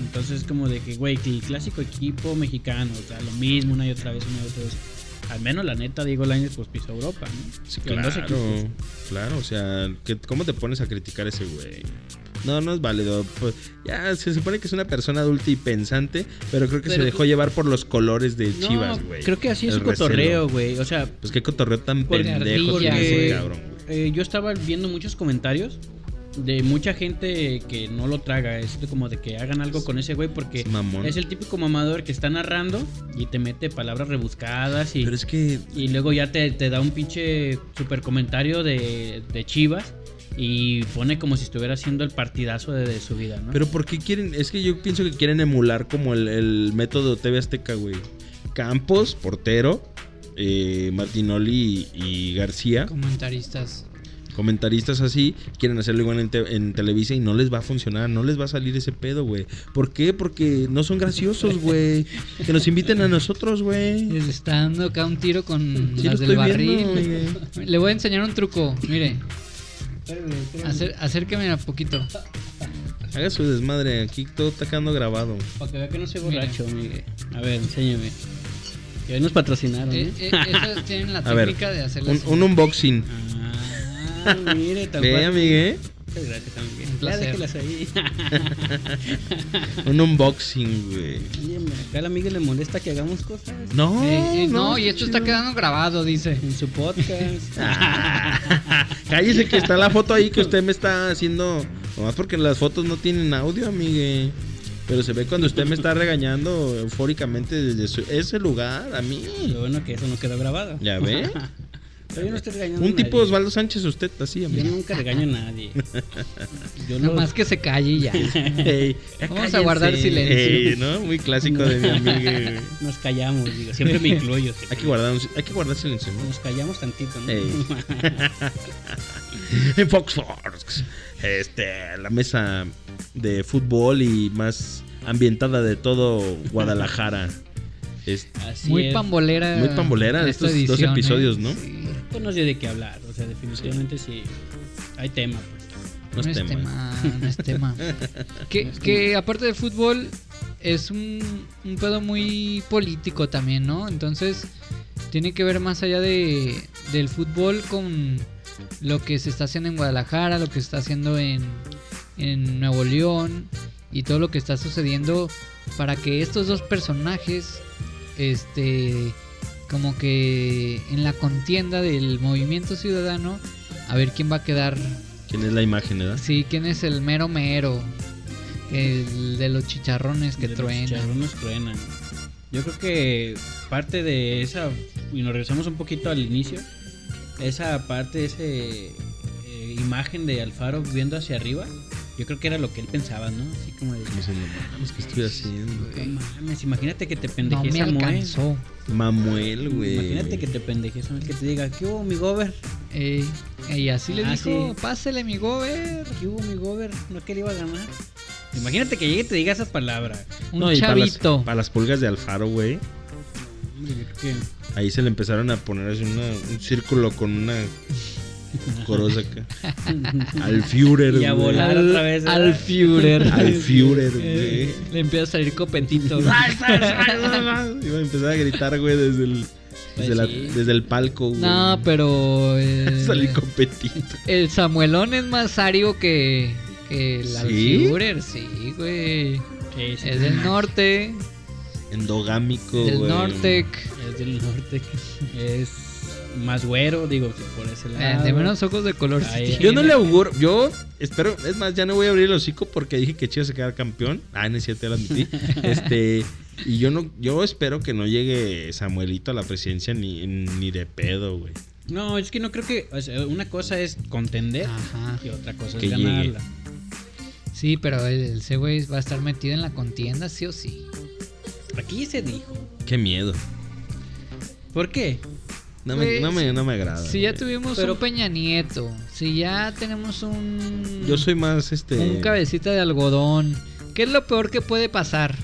[SPEAKER 3] Entonces como de que, güey, que el clásico equipo mexicano, o sea, lo mismo una y otra vez, una y otra vez. Al menos la neta, Diego Lainez pues pisó Europa, ¿no?
[SPEAKER 1] Sí,
[SPEAKER 3] Con
[SPEAKER 1] claro.
[SPEAKER 3] dos equipos.
[SPEAKER 1] Claro, o sea, ¿qué- ¿cómo te pones a criticar a ese güey? No, no es válido. Pues, ya se supone que es una persona adulta y pensante, pero creo que
[SPEAKER 3] Pero
[SPEAKER 1] se
[SPEAKER 3] tú-
[SPEAKER 1] dejó llevar por los colores de
[SPEAKER 3] No,
[SPEAKER 1] Chivas, güey.
[SPEAKER 3] Creo que así es
[SPEAKER 1] El
[SPEAKER 3] su cotorreo,
[SPEAKER 1] recelo.
[SPEAKER 3] güey. O sea,
[SPEAKER 1] Pues qué cotorreo tan
[SPEAKER 3] Porque
[SPEAKER 1] pendejo
[SPEAKER 2] ardilla,
[SPEAKER 1] tiene ese
[SPEAKER 2] güey.
[SPEAKER 1] cabrón, güey.
[SPEAKER 3] eh, yo estaba viendo muchos comentarios de mucha gente que no lo traga. Es de como de que hagan algo con ese güey porque
[SPEAKER 1] Es mamón.
[SPEAKER 3] es el típico mamador que está narrando y te mete palabras rebuscadas y...
[SPEAKER 1] Pero es que
[SPEAKER 3] Y luego ya te, te da un pinche super comentario de, de Chivas y pone como si estuviera haciendo el partidazo de, de su vida, ¿no?
[SPEAKER 1] Pero ¿por qué quieren? Es que yo pienso que quieren emular como el, el método TV Azteca, güey. Campos, portero, eh, Martinoli y, y García,
[SPEAKER 2] Comentaristas.
[SPEAKER 1] comentaristas así, quieren hacerlo igual en, te- en Televisa y no les va a funcionar, no les va a salir ese pedo, güey. ¿Por qué? Porque no son graciosos, güey. Que nos inviten a nosotros, güey.
[SPEAKER 2] Les está dando acá un tiro con
[SPEAKER 1] Sí, lo
[SPEAKER 2] las
[SPEAKER 1] estoy
[SPEAKER 2] del barril.
[SPEAKER 1] viendo, güey.
[SPEAKER 2] Le voy a enseñar un truco, mire. Acer- acérqueme a poquito.
[SPEAKER 1] Haga su desmadre, aquí todo está quedando grabado.
[SPEAKER 3] Para que vea que no soy
[SPEAKER 2] Mira.
[SPEAKER 3] borracho, Miguel. A ver, enséñame. Que hoy nos patrocinaron,
[SPEAKER 2] Eh, eh,
[SPEAKER 3] ¿eh?
[SPEAKER 2] esos tienen la
[SPEAKER 1] A ver,
[SPEAKER 2] técnica de hacerle
[SPEAKER 1] Un,
[SPEAKER 2] así.
[SPEAKER 1] un unboxing.
[SPEAKER 3] Ah, mire, tal
[SPEAKER 1] Ve,
[SPEAKER 3] cual.
[SPEAKER 1] amigue.
[SPEAKER 3] Muchas gracias, también.
[SPEAKER 2] Un
[SPEAKER 3] Ya
[SPEAKER 2] placer.
[SPEAKER 3] déjelas ahí.
[SPEAKER 1] Un unboxing, güey.
[SPEAKER 3] Oye, acá al amigo le molesta que hagamos cosas
[SPEAKER 1] No,
[SPEAKER 2] Eh, eh, no,
[SPEAKER 1] no,
[SPEAKER 2] y esto
[SPEAKER 1] chido.
[SPEAKER 2] está quedando grabado, dice.
[SPEAKER 3] en su podcast.
[SPEAKER 1] Ah. Cállese que está la foto ahí que usted me está haciendo. Nomás porque las fotos no tienen audio, amigue. Pero se ve cuando usted me está regañando eufóricamente desde su- ese lugar a mí.
[SPEAKER 3] Lo bueno que eso no quedó grabado.
[SPEAKER 1] ¿Ya ve?
[SPEAKER 3] Pero yo no estoy regañando a
[SPEAKER 1] Un tipo de
[SPEAKER 3] nadie.
[SPEAKER 1] Osvaldo Sánchez, usted así,
[SPEAKER 3] Yo
[SPEAKER 1] amigo.
[SPEAKER 3] nunca regaño a nadie. Yo lo-
[SPEAKER 2] Nomás que se calle y ya.
[SPEAKER 1] Ey, ya
[SPEAKER 2] Vamos a
[SPEAKER 1] cállense.
[SPEAKER 2] guardar silencio.
[SPEAKER 1] Ey, ¿no? Muy clásico de mi amigue. güey.
[SPEAKER 3] Nos callamos, digo. Siempre me incluyo. siempre.
[SPEAKER 1] Hay que guardar, un- hay que guardar silencio, ¿no?
[SPEAKER 3] Nos callamos tantito, ¿no?
[SPEAKER 1] Ey. en Fox Fox. Este, la mesa de fútbol y más ambientada de todo Guadalajara. Es-
[SPEAKER 3] Así
[SPEAKER 2] Muy
[SPEAKER 3] es.
[SPEAKER 2] pambolera.
[SPEAKER 1] Muy pambolera
[SPEAKER 2] esta
[SPEAKER 1] estos dos
[SPEAKER 2] edición, ¿eh?
[SPEAKER 1] episodios, ¿no?
[SPEAKER 2] Sí.
[SPEAKER 3] Pues no sé de qué hablar. O sea, definitivamente sí. Hay tema, pues.
[SPEAKER 1] no es tema.
[SPEAKER 2] no es tema. que, que aparte del fútbol, es un, un pedo muy político también, ¿no? Entonces, tiene que ver más allá de, del fútbol con lo que se está haciendo en Guadalajara, lo que se está haciendo en, en Nuevo León y todo lo que está sucediendo para que estos dos personajes, este, como que en la contienda del movimiento ciudadano, a ver quién va a quedar
[SPEAKER 1] ¿Quién es la imagen, verdad?
[SPEAKER 2] Sí, ¿quién es el mero mero? El de los chicharrones que
[SPEAKER 3] De los
[SPEAKER 2] truenan.
[SPEAKER 3] chicharrones truenan. Yo creo que parte de esa. Y nos regresamos un poquito al inicio. Esa parte, ese. eh, imagen de Alfaro viendo hacia arriba. Yo creo que era lo que él pensaba, ¿no? Así como de.
[SPEAKER 1] Como diciendo, "Mames, ¿qué estoy haciendo?
[SPEAKER 3] "No mames, imagínate que te
[SPEAKER 2] No
[SPEAKER 3] pendejes
[SPEAKER 2] me
[SPEAKER 1] ¿eh?
[SPEAKER 3] a Moe".
[SPEAKER 2] alcanzó.
[SPEAKER 1] Mamuel, güey.
[SPEAKER 3] Imagínate que te pendejes, ¿no? que te diga, ¿qué hubo, mi gober?
[SPEAKER 2] Ey, y así le
[SPEAKER 3] Ah,
[SPEAKER 2] dijo,
[SPEAKER 3] sí.
[SPEAKER 2] pásele mi gober.
[SPEAKER 3] ¿Qué hubo, mi gober? No que le iba a ganar. Imagínate que llegue y te diga esas palabras.
[SPEAKER 2] Un
[SPEAKER 1] No, y para las,
[SPEAKER 2] chavito.
[SPEAKER 1] para las pulgas de Alfaro, güey.
[SPEAKER 3] Hombre, yo creo que-
[SPEAKER 1] Ahí se le empezaron a poner así una- un círculo con una corosa acá. Al Führer,
[SPEAKER 3] Y a
[SPEAKER 1] güey.
[SPEAKER 3] volar.
[SPEAKER 2] Al,
[SPEAKER 3] otra vez,
[SPEAKER 2] al
[SPEAKER 3] ¿verdad?
[SPEAKER 2] Führer.
[SPEAKER 1] Al Führer, güey.
[SPEAKER 2] Eh, Le empieza a salir copetito.
[SPEAKER 1] Iba a empezar a gritar, güey, desde el, desde la-
[SPEAKER 3] sí.
[SPEAKER 1] desde el palco, güey.
[SPEAKER 2] Pues no, pero
[SPEAKER 1] Salí
[SPEAKER 2] el,
[SPEAKER 1] con Petito.
[SPEAKER 2] el Samuelón es más ario que, que el al
[SPEAKER 1] ¿Sí?
[SPEAKER 2] Führer, sí, güey.
[SPEAKER 3] Sí, sí,
[SPEAKER 2] Es
[SPEAKER 3] sí,
[SPEAKER 2] del
[SPEAKER 3] ma-
[SPEAKER 2] norte,
[SPEAKER 1] Endogámico, güey.
[SPEAKER 2] del norte.
[SPEAKER 3] Es del norte. Es más güero, digo, que por ese
[SPEAKER 2] Eh,
[SPEAKER 3] lado.
[SPEAKER 2] de menos ojos de color sí
[SPEAKER 3] Ahí.
[SPEAKER 1] Yo no le auguro, yo espero, es más, ya no voy a abrir el hocico porque dije que Chivas se quedar campeón. Ah, no es cierto, ya lo admití. Este, y yo no, yo espero que no llegue Samuelito a la presidencia ni, ni de pedo, güey.
[SPEAKER 3] No, es que no creo que. o sea, una cosa es contender
[SPEAKER 2] Ajá.
[SPEAKER 3] y otra cosa
[SPEAKER 1] Que
[SPEAKER 3] es
[SPEAKER 1] llegue.
[SPEAKER 3] ganarla.
[SPEAKER 2] Sí, pero el, el ese güey va a estar metido en la contienda, sí o sí.
[SPEAKER 3] Aquí se dijo.
[SPEAKER 1] Qué miedo.
[SPEAKER 3] ¿Por qué?
[SPEAKER 1] No me,
[SPEAKER 2] Güey,
[SPEAKER 1] no me, no me agrada.
[SPEAKER 2] Si ya
[SPEAKER 1] güey.
[SPEAKER 2] tuvimos
[SPEAKER 3] Pero-
[SPEAKER 2] un Peña Nieto, si ya tenemos un.
[SPEAKER 1] Yo soy más este.
[SPEAKER 2] Un cabecita de algodón. ¿Qué es lo peor que puede pasar?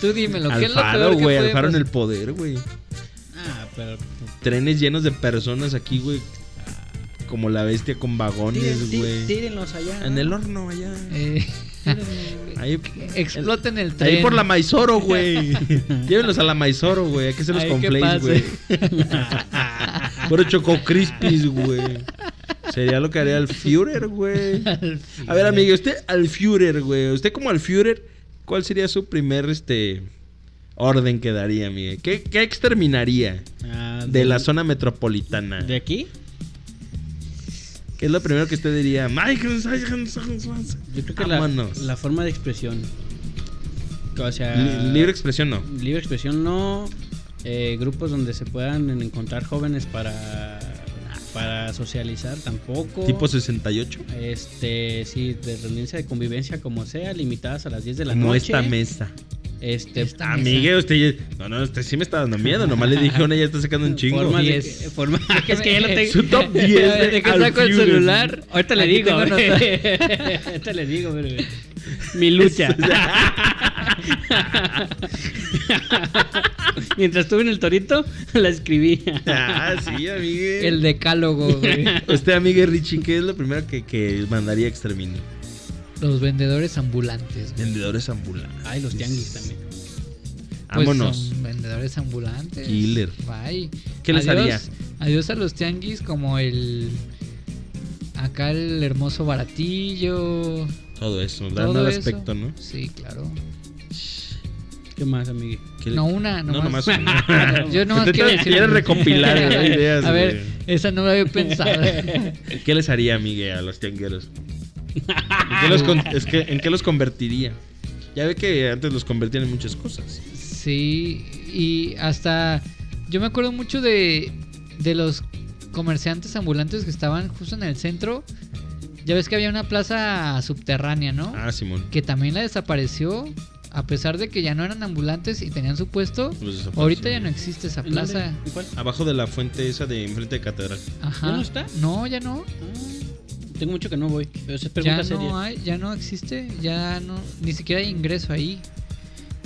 [SPEAKER 2] Tú dímelo. ¿Qué es lo
[SPEAKER 1] Alfaro,
[SPEAKER 2] peor
[SPEAKER 1] güey.
[SPEAKER 2] que puede
[SPEAKER 1] Alfaro en
[SPEAKER 2] pasar?
[SPEAKER 1] el poder, güey.
[SPEAKER 3] Ah, pero.
[SPEAKER 1] Trenes llenos de personas aquí, güey. Como la bestia con vagones, güey.
[SPEAKER 3] Tírenlos allá.
[SPEAKER 1] En el horno allá.
[SPEAKER 2] Eh,
[SPEAKER 1] Ahí,
[SPEAKER 2] exploten el tren.
[SPEAKER 1] ahí por la Maizoro, güey. Llévenlos a la Maizoro, güey. Hay que hacer los
[SPEAKER 2] Ahí que
[SPEAKER 1] conflays, güey. Puro Choco Crispis, güey. Sería lo que haría el Führer, güey. A ver, amigo, usted al Führer, güey. Usted como al Führer, ¿cuál sería su primer este orden que daría, amigo? ¿Qué, qué exterminaría
[SPEAKER 3] Ah,
[SPEAKER 1] de la zona metropolitana?
[SPEAKER 3] ¿De aquí?
[SPEAKER 1] ¿Qué es lo primero que usted diría? Michael Sagan, Sagan, Sagan.
[SPEAKER 3] Yo creo que la,
[SPEAKER 1] Vámonos.
[SPEAKER 3] la forma de expresión. O sea.
[SPEAKER 1] Li- libre expresión no.
[SPEAKER 3] libre expresión no. eh, grupos donde se puedan encontrar jóvenes para. Para socializar tampoco.
[SPEAKER 1] Tipo 68.
[SPEAKER 3] Este, sí, de reunirse de convivencia como sea, limitadas a las 10 de la
[SPEAKER 1] Como
[SPEAKER 3] noche.
[SPEAKER 1] esta mesa.
[SPEAKER 3] Este,
[SPEAKER 2] Esta
[SPEAKER 1] Amigue, usted. No, no, usted sí me está dando miedo. Nomás le dije una y ya está sacando un chingo.
[SPEAKER 3] forma de,
[SPEAKER 2] Diez.
[SPEAKER 3] que- forma,
[SPEAKER 2] que
[SPEAKER 3] es que ya lo
[SPEAKER 2] me-
[SPEAKER 3] tengo.
[SPEAKER 1] Su top 10 de
[SPEAKER 2] ¿De qué
[SPEAKER 1] Al
[SPEAKER 2] saco el
[SPEAKER 1] Führer.
[SPEAKER 2] celular? Ahorita le
[SPEAKER 3] Aquí
[SPEAKER 2] digo.
[SPEAKER 3] tengo
[SPEAKER 2] güey.
[SPEAKER 3] nota. Ahorita le digo, pero, mi lucha. Mientras estuve en el torito, la escribí.
[SPEAKER 1] Ah, sí, amigue.
[SPEAKER 2] El decálogo, güey.
[SPEAKER 1] Usted, amigue Richie, ¿qué es lo primero que, que mandaría a exterminar?
[SPEAKER 2] Los vendedores ambulantes. güey.
[SPEAKER 1] Vendedores ambulantes.
[SPEAKER 3] Ay, los tianguis también.
[SPEAKER 2] Pues
[SPEAKER 1] Vámonos.
[SPEAKER 2] son vendedores ambulantes.
[SPEAKER 1] Killer.
[SPEAKER 2] Bye.
[SPEAKER 1] ¿Qué les
[SPEAKER 2] Adiós-
[SPEAKER 1] haría?
[SPEAKER 2] Adiós a los tianguis como el... Acá el hermoso baratillo.
[SPEAKER 1] Todo eso,
[SPEAKER 2] um, todo
[SPEAKER 1] nada al
[SPEAKER 2] eso.
[SPEAKER 1] aspecto, ¿no?
[SPEAKER 2] Sí, claro.
[SPEAKER 3] ¿Qué más, amigo?
[SPEAKER 1] ¿Qué le-
[SPEAKER 2] No, una,
[SPEAKER 1] No, nomás
[SPEAKER 2] nomás.
[SPEAKER 1] una.
[SPEAKER 2] Yo nomás
[SPEAKER 1] Usted
[SPEAKER 2] quiero
[SPEAKER 1] te-
[SPEAKER 2] decir...
[SPEAKER 1] quiere recopilar eh, ideas.
[SPEAKER 2] A ver,
[SPEAKER 1] güey.
[SPEAKER 2] esa no la había pensado.
[SPEAKER 1] ¿Qué les haría, Miguel, a los tiangueros? ¿En qué los, con- es que- ¿en qué los convertiría? Ya ve que antes los convertían en muchas cosas.
[SPEAKER 2] Sí, y hasta yo me acuerdo mucho de, de los comerciantes ambulantes que estaban justo en el centro. Ya ves que había una plaza subterránea, ¿no?
[SPEAKER 1] Ah, Simón.
[SPEAKER 2] Que también la desapareció, a pesar de que ya no eran ambulantes y tenían su puesto.
[SPEAKER 1] Los desaparecieron.
[SPEAKER 2] Ahorita ya no existe esa
[SPEAKER 3] ¿En dónde?
[SPEAKER 2] plaza.
[SPEAKER 3] ¿En ¿Cuál?
[SPEAKER 1] Abajo de la fuente esa de enfrente de catedral.
[SPEAKER 2] Ajá.
[SPEAKER 3] no está?
[SPEAKER 2] No, ya no.
[SPEAKER 3] Ah, tengo mucho que no voy. Pero esa es
[SPEAKER 2] Ya
[SPEAKER 3] pregunta
[SPEAKER 2] no
[SPEAKER 3] seria.
[SPEAKER 2] hay, ya no existe, ya no, ni siquiera hay ingreso ahí.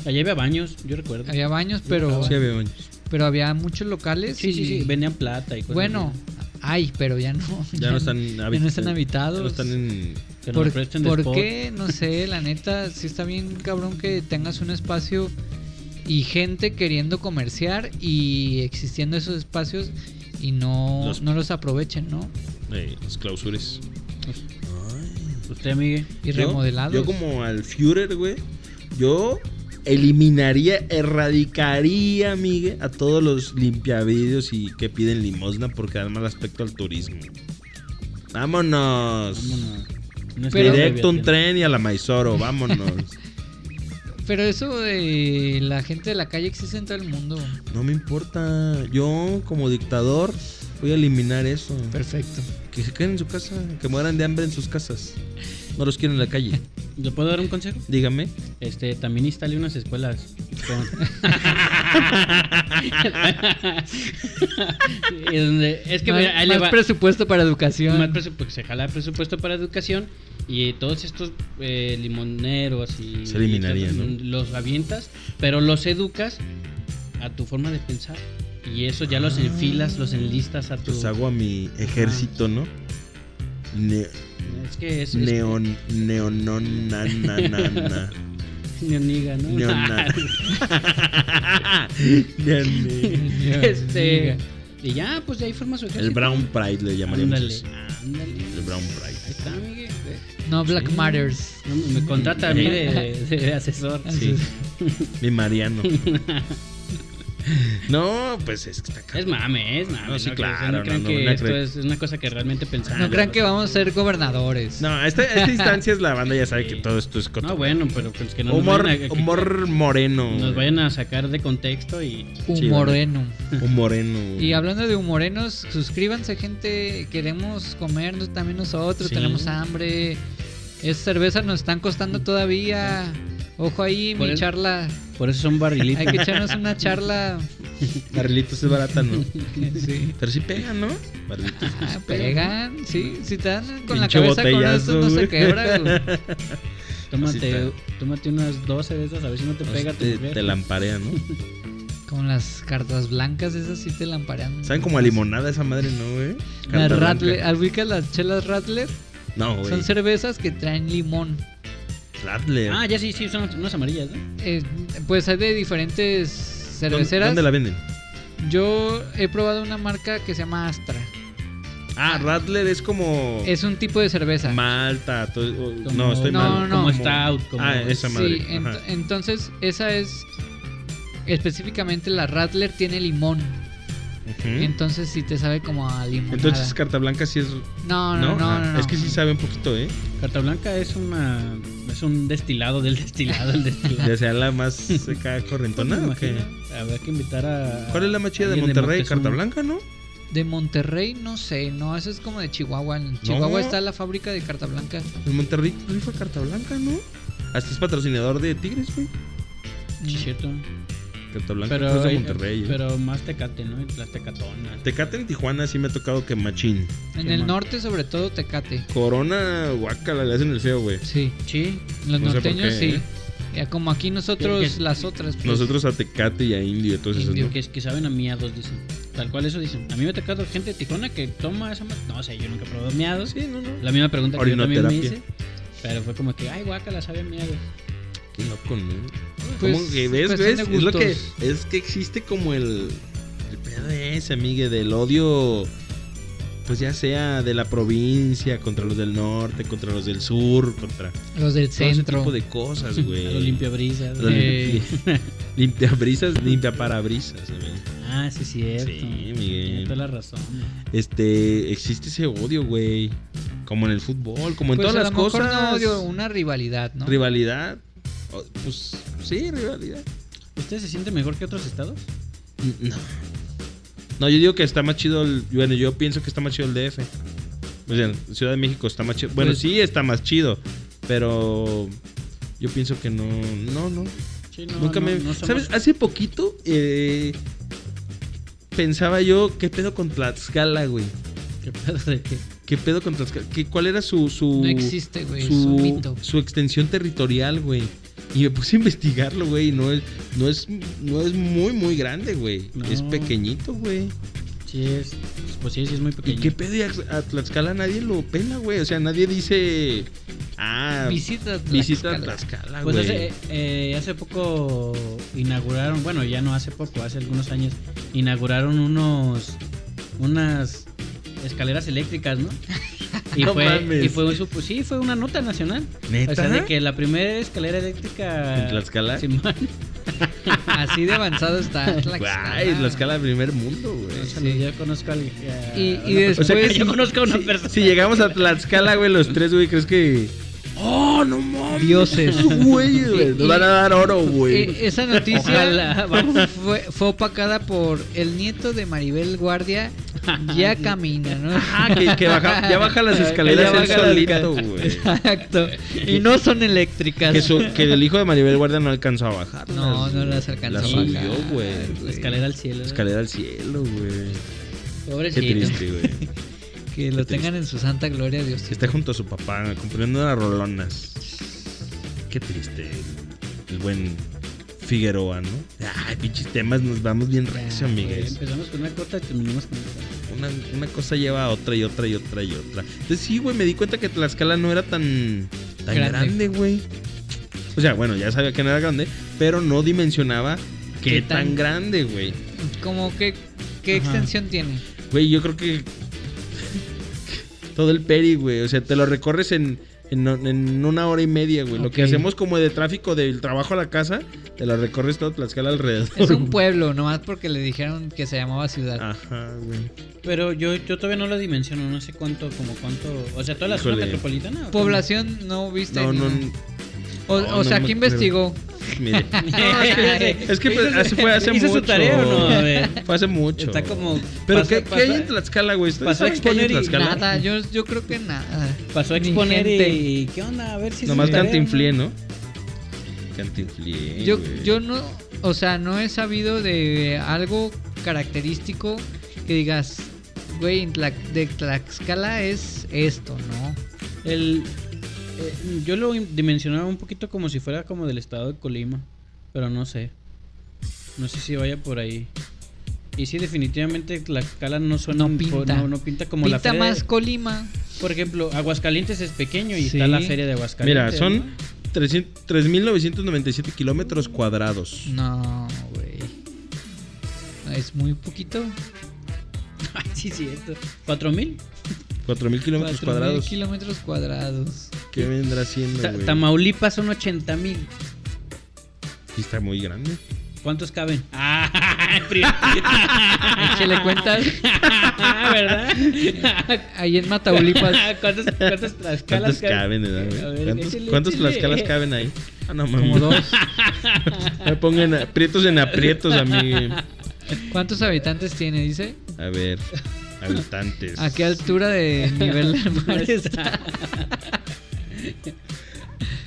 [SPEAKER 3] Allá había baños, yo recuerdo.
[SPEAKER 2] Había baños,
[SPEAKER 3] Ah,
[SPEAKER 2] pero,
[SPEAKER 1] Sí, había baños.
[SPEAKER 2] pero había muchos locales.
[SPEAKER 3] Sí,
[SPEAKER 2] y-
[SPEAKER 3] sí, sí. pues, Vendían plata y cosas.
[SPEAKER 2] Bueno, hay, pero ya no.
[SPEAKER 1] Ya no están,
[SPEAKER 2] ya no están habitados.
[SPEAKER 1] Ya no están en.
[SPEAKER 3] así, que nos
[SPEAKER 2] ¿Por,
[SPEAKER 3] presten de
[SPEAKER 2] por
[SPEAKER 3] spot.
[SPEAKER 2] qué? No sé, la neta, sí está bien cabrón que tengas un espacio y gente queriendo comerciar y existiendo esos espacios y no
[SPEAKER 1] Los-
[SPEAKER 2] los, no los aprovechen, ¿no?
[SPEAKER 1] eh, los clausures.
[SPEAKER 3] Pues, Usted, amigue.
[SPEAKER 2] Y
[SPEAKER 1] Yo-
[SPEAKER 2] remodelados.
[SPEAKER 1] Yo, como al Führer, güey. Yo eliminaría, erradicaría, Miguel, a todos los limpiavidrios y que piden limosna porque dan mal aspecto al turismo. Vámonos.
[SPEAKER 3] Vámonos. No es
[SPEAKER 2] Pero-
[SPEAKER 1] Pues, Directo a un
[SPEAKER 3] Pero-
[SPEAKER 1] tren y a la Maizoro, vámonos.
[SPEAKER 2] Pero eso de la gente de la calle existe en todo el mundo.
[SPEAKER 1] no me importa. Yo, como dictador, voy a eliminar eso.
[SPEAKER 2] Perfecto.
[SPEAKER 1] Que se queden en su casa, que mueran de hambre en sus casas. No los quiero en la calle.
[SPEAKER 3] ¿Le puedo dar un consejo?
[SPEAKER 1] Dígame.
[SPEAKER 3] Este, también instale unas escuelas. con- Y donde- es que
[SPEAKER 2] No
[SPEAKER 3] mira,
[SPEAKER 2] hay
[SPEAKER 3] ahí le
[SPEAKER 2] más
[SPEAKER 3] va.
[SPEAKER 2] presupuesto para educación.
[SPEAKER 3] Más presu- porque se jala presupuesto para educación y todos estos eh, limoneros y
[SPEAKER 1] Se eliminaría,
[SPEAKER 3] y-
[SPEAKER 1] ¿no?
[SPEAKER 3] los avientas, pero los educas a tu forma de pensar y eso ya los
[SPEAKER 1] Ah.
[SPEAKER 3] enfilas, los enlistas a tu
[SPEAKER 1] Pues hago a mi ejército, ¿no? Ne-
[SPEAKER 3] es que es, es
[SPEAKER 1] Neon, neonon, na, na, na, na.
[SPEAKER 3] neoniga, ¿no?
[SPEAKER 1] Neona. Neone.
[SPEAKER 3] este y ya, pues de ahí forma su ejército.
[SPEAKER 1] El Brown Pride le llamaríamos.
[SPEAKER 3] Ándale,
[SPEAKER 1] así.
[SPEAKER 3] ándale.
[SPEAKER 1] El Brown
[SPEAKER 3] Ahí
[SPEAKER 1] Pride.
[SPEAKER 3] está, amigue.
[SPEAKER 2] No Black
[SPEAKER 3] Sí.
[SPEAKER 2] Matters.
[SPEAKER 3] No, me contrata a mí de, de- de asesor.
[SPEAKER 1] Sí. Mi Mariano. No, pues es que está
[SPEAKER 3] Es
[SPEAKER 1] cabrón.
[SPEAKER 3] mame, es mame.
[SPEAKER 1] No, sí,
[SPEAKER 3] crean-
[SPEAKER 1] claro,
[SPEAKER 3] No crean
[SPEAKER 1] no, no,
[SPEAKER 3] que
[SPEAKER 1] una
[SPEAKER 3] esto
[SPEAKER 1] cre-
[SPEAKER 3] es una cosa que realmente pensamos.
[SPEAKER 2] No crean que vamos a ser gobernadores.
[SPEAKER 1] No, a esta, a esta instancia es la banda, ya sabe
[SPEAKER 3] Sí.
[SPEAKER 1] que todo esto es coto.
[SPEAKER 3] No, bueno, pero pues que no nos
[SPEAKER 1] humor,
[SPEAKER 3] vayan a- que-
[SPEAKER 1] humor moreno.
[SPEAKER 3] nos vayan a sacar de contexto y.
[SPEAKER 1] Sí,
[SPEAKER 2] Humoreno.
[SPEAKER 1] Un moreno.
[SPEAKER 2] Y hablando de humorenos, suscríbanse, gente. Queremos comernos también nosotros.
[SPEAKER 1] Sí.
[SPEAKER 2] Tenemos hambre. Esas cervezas nos están costando todavía. Ojo ahí,
[SPEAKER 3] Por
[SPEAKER 2] mi
[SPEAKER 3] eso-
[SPEAKER 2] charla.
[SPEAKER 3] Por eso son
[SPEAKER 2] Hay
[SPEAKER 3] barrilitos.
[SPEAKER 2] que echarnos una charla
[SPEAKER 1] Barrilitos es barata, ¿no?
[SPEAKER 2] Sí.
[SPEAKER 1] Pero sí pegan, ¿no? Barrilitos. sí
[SPEAKER 2] Ah,
[SPEAKER 1] pegan.
[SPEAKER 2] Pegan, sí. Si te dan con la
[SPEAKER 1] Pinche
[SPEAKER 2] cabeza con esto,
[SPEAKER 1] botellazo,
[SPEAKER 2] no se
[SPEAKER 1] güey.
[SPEAKER 2] quebra, güey.
[SPEAKER 1] Así
[SPEAKER 3] Tómate,
[SPEAKER 1] está. Pues
[SPEAKER 3] tómate unas 12 de esas, a ver si no te pega tu
[SPEAKER 1] te,
[SPEAKER 3] mujer.
[SPEAKER 1] te lamparean, ¿no?
[SPEAKER 2] Con las cartas blancas, esas sí te lamparean.
[SPEAKER 1] Saben como a limonada esa madre, ¿no, güey?
[SPEAKER 2] Las
[SPEAKER 1] Carta blanca.
[SPEAKER 2] Rattler, ¿ubicas las chelas Rattler?
[SPEAKER 1] No, güey.
[SPEAKER 2] Son cervezas que traen limón.
[SPEAKER 1] Rattler.
[SPEAKER 3] Ah, ya sí, sí, son unas amarillas, ¿no?
[SPEAKER 2] Eh, pues hay de diferentes
[SPEAKER 1] ¿Dó-
[SPEAKER 2] cerveceras.
[SPEAKER 1] ¿Dónde la venden?
[SPEAKER 2] Yo he probado una marca que se llama Astra.
[SPEAKER 1] Ah, Rattler es como
[SPEAKER 2] Es un tipo de cerveza.
[SPEAKER 1] Malta. to- o-
[SPEAKER 3] Como-
[SPEAKER 1] No, estoy
[SPEAKER 2] No,
[SPEAKER 1] mal.
[SPEAKER 2] no,
[SPEAKER 3] Como
[SPEAKER 2] no.
[SPEAKER 3] Stout, como...
[SPEAKER 1] Ah, esa madre.
[SPEAKER 2] Sí, ent-
[SPEAKER 1] Ajá.
[SPEAKER 2] entonces esa es específicamente la Rattler tiene limón.
[SPEAKER 1] Ujú.
[SPEAKER 2] Entonces sí te sabe como a limón.
[SPEAKER 1] ¿Mm? Entonces, Carta Blanca sí es. ¿no?
[SPEAKER 2] no, no, no, no,
[SPEAKER 1] Ah,
[SPEAKER 2] no.
[SPEAKER 1] Es que sí sabe un poquito, ¿eh?
[SPEAKER 3] Carta Blanca es una... Es un destilado del destilado del
[SPEAKER 2] Ah.
[SPEAKER 3] destilado.
[SPEAKER 1] Ya sea la más seca
[SPEAKER 2] Pues
[SPEAKER 1] correntona. ¿o qué?
[SPEAKER 3] Habrá que invitar a...
[SPEAKER 1] ¿Cuál es la más chida de
[SPEAKER 3] alguien
[SPEAKER 1] Monterrey?
[SPEAKER 3] Moctezuma.
[SPEAKER 1] ¿Carta Blanca, no?
[SPEAKER 2] De Monterrey no sé, no, eso es como de Chihuahua. En Chihuahua
[SPEAKER 1] No.
[SPEAKER 2] está la fábrica de carta blanca.
[SPEAKER 1] En Monterrey rifa Carta Blanca, ¿no? Hasta es patrocinador de Tigres, güey.
[SPEAKER 2] Mm,
[SPEAKER 3] Sí, cierto.
[SPEAKER 1] Carta Blanca
[SPEAKER 3] Pero,
[SPEAKER 1] es de
[SPEAKER 3] hay-
[SPEAKER 1] Monterrey. ¿eh?
[SPEAKER 3] pero más Tecate, ¿no? Las Tecatonas.
[SPEAKER 1] Tecate en Tijuana sí me ha tocado que machín.
[SPEAKER 2] En
[SPEAKER 3] Qué
[SPEAKER 2] el
[SPEAKER 3] mal.
[SPEAKER 2] norte sobre todo Tecate.
[SPEAKER 1] Corona, guácala, le hacen el feo, güey.
[SPEAKER 2] Sí,
[SPEAKER 3] Sí.
[SPEAKER 2] los
[SPEAKER 1] No sé por
[SPEAKER 2] norteños
[SPEAKER 1] qué,
[SPEAKER 2] sí.
[SPEAKER 1] ¿eh?
[SPEAKER 2] Ya como aquí nosotros
[SPEAKER 3] Que- que-
[SPEAKER 2] las otras. pues.
[SPEAKER 1] Nosotros a Tecate y a Indio, entonces.
[SPEAKER 2] Indio.
[SPEAKER 1] ¿no?
[SPEAKER 3] Que, que saben a miados, dicen. Tal cual eso dicen. A mí me ha tocado gente de Tijuana que toma esa... ma- No sé, yo nunca he probado miados.
[SPEAKER 1] Ah, Sí, no, no.
[SPEAKER 3] La misma pregunta que yo también me
[SPEAKER 1] Orinoterapia.
[SPEAKER 3] hice. Pero fue como que, ay, guácala, sabe a miados.
[SPEAKER 1] Qué loco, ¿no?
[SPEAKER 2] Pues,
[SPEAKER 1] Como que ves,
[SPEAKER 2] cuestión
[SPEAKER 1] ves,
[SPEAKER 2] de
[SPEAKER 1] es lo que
[SPEAKER 2] gustos.
[SPEAKER 1] es que existe como el el pedo ese, amigue, del odio pues ya sea de la provincia contra los del norte, contra los del sur, contra
[SPEAKER 2] Los del
[SPEAKER 1] todo ese
[SPEAKER 2] centro.
[SPEAKER 1] tipo de cosas, güey.
[SPEAKER 3] A los limpiabrisas.
[SPEAKER 1] A los
[SPEAKER 2] Eh.
[SPEAKER 1] limpi- limpia brisas, limpia parabrisas, güey.
[SPEAKER 3] Ah, sí, cierto.
[SPEAKER 1] Sí, Miguel.
[SPEAKER 3] Tiene toda la razón.
[SPEAKER 1] Este, existe ese odio, güey, como en el fútbol, como en
[SPEAKER 2] Pues,
[SPEAKER 1] todas
[SPEAKER 2] a
[SPEAKER 1] las
[SPEAKER 2] lo mejor
[SPEAKER 1] cosas.
[SPEAKER 2] no odio, una rivalidad, ¿no?
[SPEAKER 1] Rivalidad. O- Pues sí, rivalidad.
[SPEAKER 3] ¿Ustedes se sienten mejor que otros estados?
[SPEAKER 1] No. No, yo digo que está más chido el. Bueno, yo pienso que está más chido el DF. O sea, Ciudad de México está más chido. Bueno,
[SPEAKER 2] Pues-
[SPEAKER 1] sí está más chido. Pero yo pienso que no. No, no.
[SPEAKER 3] Sí,
[SPEAKER 1] Nunca me.
[SPEAKER 3] no somos-
[SPEAKER 1] ¿Sabes? Hace poquito eh, pensaba yo qué pedo con Tlaxcala, güey.
[SPEAKER 3] ¿Qué pedo de qué?
[SPEAKER 1] ¿Qué pedo con Tlaxcala? ¿Qué, ¿Cuál era su. su
[SPEAKER 2] no existe, güey, es un Pues, mito.
[SPEAKER 1] su, su extensión territorial, güey. Y me puse a investigarlo, güey. y No es, no es, no es muy, muy grande, güey.
[SPEAKER 3] No.
[SPEAKER 1] Es pequeñito, güey.
[SPEAKER 3] Sí, es. Pues sí, sí, es muy
[SPEAKER 1] ¿Y
[SPEAKER 3] pequeño.
[SPEAKER 1] qué pedo? Y a, a Tlaxcala nadie lo pela, güey. O sea, nadie dice. Ah,
[SPEAKER 2] Visita Tlaxcala.
[SPEAKER 1] visita Tlaxcala, Ah, güey.
[SPEAKER 3] Pues hace, eh, hace poco inauguraron, bueno, ya no hace poco, hace algunos años, inauguraron unos. unas escaleras eléctricas, ¿no? Y
[SPEAKER 1] No
[SPEAKER 3] fue,
[SPEAKER 1] mames.
[SPEAKER 3] y fue su- pues sí, fue una nota nacional.
[SPEAKER 1] ¿Neta?
[SPEAKER 3] O sea, de que la primera escalera eléctrica.
[SPEAKER 1] ¿En Tlaxcala?
[SPEAKER 3] Simón.
[SPEAKER 2] Así de avanzado está Tlaxcala.
[SPEAKER 1] Guay, Tlaxcala, primer mundo,
[SPEAKER 3] O
[SPEAKER 1] güey.
[SPEAKER 3] sea,
[SPEAKER 2] Sí.
[SPEAKER 3] Yo conozco a alguien. a
[SPEAKER 2] Y- y
[SPEAKER 3] una persona-
[SPEAKER 2] después-
[SPEAKER 3] O sea, que yo conozco a una persona.
[SPEAKER 1] Si llegamos a Tlaxcala, güey, los tres, güey, ¿crees que.? ¡Oh, no mames!
[SPEAKER 2] Dioses.
[SPEAKER 1] Güey, güey. Nos van a dar oro, güey.
[SPEAKER 2] Eh, esa noticia
[SPEAKER 3] Ojalá, vamos.
[SPEAKER 2] fue, fue opacada por el nieto de Maribel Guardia. Ya camina, ¿no?
[SPEAKER 1] Ah, que, que baja, ya baja las escaleras
[SPEAKER 2] Que ya
[SPEAKER 1] él
[SPEAKER 2] baja las
[SPEAKER 1] solito, güey.
[SPEAKER 2] Exacto. Y no son eléctricas.
[SPEAKER 1] Que, su- que el hijo de Maribel Guardia no alcanzó a bajar.
[SPEAKER 2] No, no las alcanzó
[SPEAKER 1] Las
[SPEAKER 2] a bajar.
[SPEAKER 1] subió, güey.
[SPEAKER 3] La escalera al cielo.
[SPEAKER 1] Escalera al cielo, güey. Qué
[SPEAKER 3] Pobrecito.
[SPEAKER 1] triste, güey.
[SPEAKER 2] Que lo tengan en su santa gloria, Dios.
[SPEAKER 1] Que Está junto a su papá, comprando las rolonas. Qué triste. El, el buen Figueroa, ¿no? Ay, pinches temas, nos vamos bien recio,
[SPEAKER 2] Ya,
[SPEAKER 1] amigues.
[SPEAKER 3] Empezamos con una corta y terminamos con otra.
[SPEAKER 1] Una, una cosa lleva a otra y otra y otra y otra. Entonces sí, güey, me di cuenta que Tlaxcala no era tan, tan
[SPEAKER 2] Grande.
[SPEAKER 1] grande, güey. O sea, bueno, ya sabía que no era grande, pero no dimensionaba qué,
[SPEAKER 2] Qué tan-
[SPEAKER 1] tan grande, güey.
[SPEAKER 2] Como que, ¿qué
[SPEAKER 3] Ajá.
[SPEAKER 2] extensión tiene?
[SPEAKER 1] Güey, yo creo que todo el peri, güey. O sea, te lo recorres en, en, en una hora y media, güey. Lo que
[SPEAKER 2] Ok.
[SPEAKER 1] hacemos como de tráfico del trabajo a la casa, te lo recorres todo Tlaxcala alrededor.
[SPEAKER 2] Es un pueblo, nomás porque le dijeron que se llamaba ciudad.
[SPEAKER 1] Ajá, güey.
[SPEAKER 3] Pero yo, yo todavía no lo dimensiono, no sé cuánto, como cuánto. O sea, toda la zona
[SPEAKER 1] Híjole.
[SPEAKER 3] metropolitana. o cómo?
[SPEAKER 2] Población no viste.
[SPEAKER 1] No, no.
[SPEAKER 2] ningún- o,
[SPEAKER 1] no,
[SPEAKER 2] o
[SPEAKER 1] no
[SPEAKER 2] sea,
[SPEAKER 1] me
[SPEAKER 2] ¿qué
[SPEAKER 1] acuerdo.
[SPEAKER 2] investigó?
[SPEAKER 1] Mire.
[SPEAKER 3] es
[SPEAKER 1] Es que pues, hace- fue hace
[SPEAKER 3] ¿Hizo
[SPEAKER 1] mucho.
[SPEAKER 3] su tarea o no? A ver.
[SPEAKER 1] Fue hace mucho.
[SPEAKER 3] Está como.
[SPEAKER 1] Pero
[SPEAKER 3] pasó-
[SPEAKER 1] ¿qué, qué hay
[SPEAKER 3] pasó-
[SPEAKER 1] en Tlaxcala, güey? ¿Ustedes
[SPEAKER 3] pasó a
[SPEAKER 1] saben qué hay en
[SPEAKER 3] exponer y
[SPEAKER 1] Tlaxcala?
[SPEAKER 2] Nada, yo, yo creo que nada.
[SPEAKER 3] Pasó a
[SPEAKER 2] Ni
[SPEAKER 3] exponer
[SPEAKER 2] gente.
[SPEAKER 3] y. ¿Qué onda? A ver si. hizo
[SPEAKER 1] Nomás
[SPEAKER 3] su tarea,
[SPEAKER 1] cantinflé, ¿no? Cantinflé.
[SPEAKER 2] Yo,
[SPEAKER 1] güey.
[SPEAKER 2] yo no, o sea, no he sabido de algo característico que digas, güey, en Tla- de Tlaxcala es esto, ¿no?
[SPEAKER 3] El, eh, yo lo dimensionaba un poquito como si fuera como del estado de Colima, pero no sé. No sé si vaya por ahí. Y sí, definitivamente Tlaxcala no suena,
[SPEAKER 2] No pinta.
[SPEAKER 3] no, no pinta como la
[SPEAKER 2] Pinta
[SPEAKER 3] feria. de-
[SPEAKER 2] más Colima.
[SPEAKER 3] por ejemplo, Aguascalientes es pequeño y
[SPEAKER 2] Sí.
[SPEAKER 3] está la feria de
[SPEAKER 1] Mira,
[SPEAKER 3] Aguascalientes.
[SPEAKER 1] son
[SPEAKER 3] ¿no?
[SPEAKER 1] 300 3.997 kilómetros
[SPEAKER 2] Mm.
[SPEAKER 1] cuadrados.
[SPEAKER 2] No, güey. Es muy poquito.
[SPEAKER 3] Ay, sí, cierto. ¿Cuatro mil?
[SPEAKER 1] 4.000 kilómetros
[SPEAKER 2] 4.000
[SPEAKER 1] cuadrados.
[SPEAKER 2] kilómetros cuadrados.
[SPEAKER 1] ¿Qué vendrá siendo,
[SPEAKER 3] Ta-
[SPEAKER 1] güey?
[SPEAKER 3] Tamaulipas son ochenta mil.
[SPEAKER 1] Sí está muy grande.
[SPEAKER 3] ¿Cuántos caben? Ah, prietito.
[SPEAKER 2] Échale cuentas.
[SPEAKER 3] Ah, ¿verdad?
[SPEAKER 2] Ahí en Mataulipas.
[SPEAKER 3] ¿Cuántos, cuántos Tlaxcalas
[SPEAKER 1] ¿Cuántos
[SPEAKER 3] caben?
[SPEAKER 1] caben, eh, güey?
[SPEAKER 3] A ver,
[SPEAKER 1] ¿Cuántos,
[SPEAKER 3] échale,
[SPEAKER 1] cuántos
[SPEAKER 3] échale.
[SPEAKER 1] tlaxcalas caben ahí? Ah, no
[SPEAKER 2] Como
[SPEAKER 1] mames.
[SPEAKER 2] dos.
[SPEAKER 1] Me pongan aprietos en aprietos a mí.
[SPEAKER 2] ¿Cuántos habitantes tiene? Dice.
[SPEAKER 1] A ver, habitantes.
[SPEAKER 2] ¿A qué altura de nivel del mar está?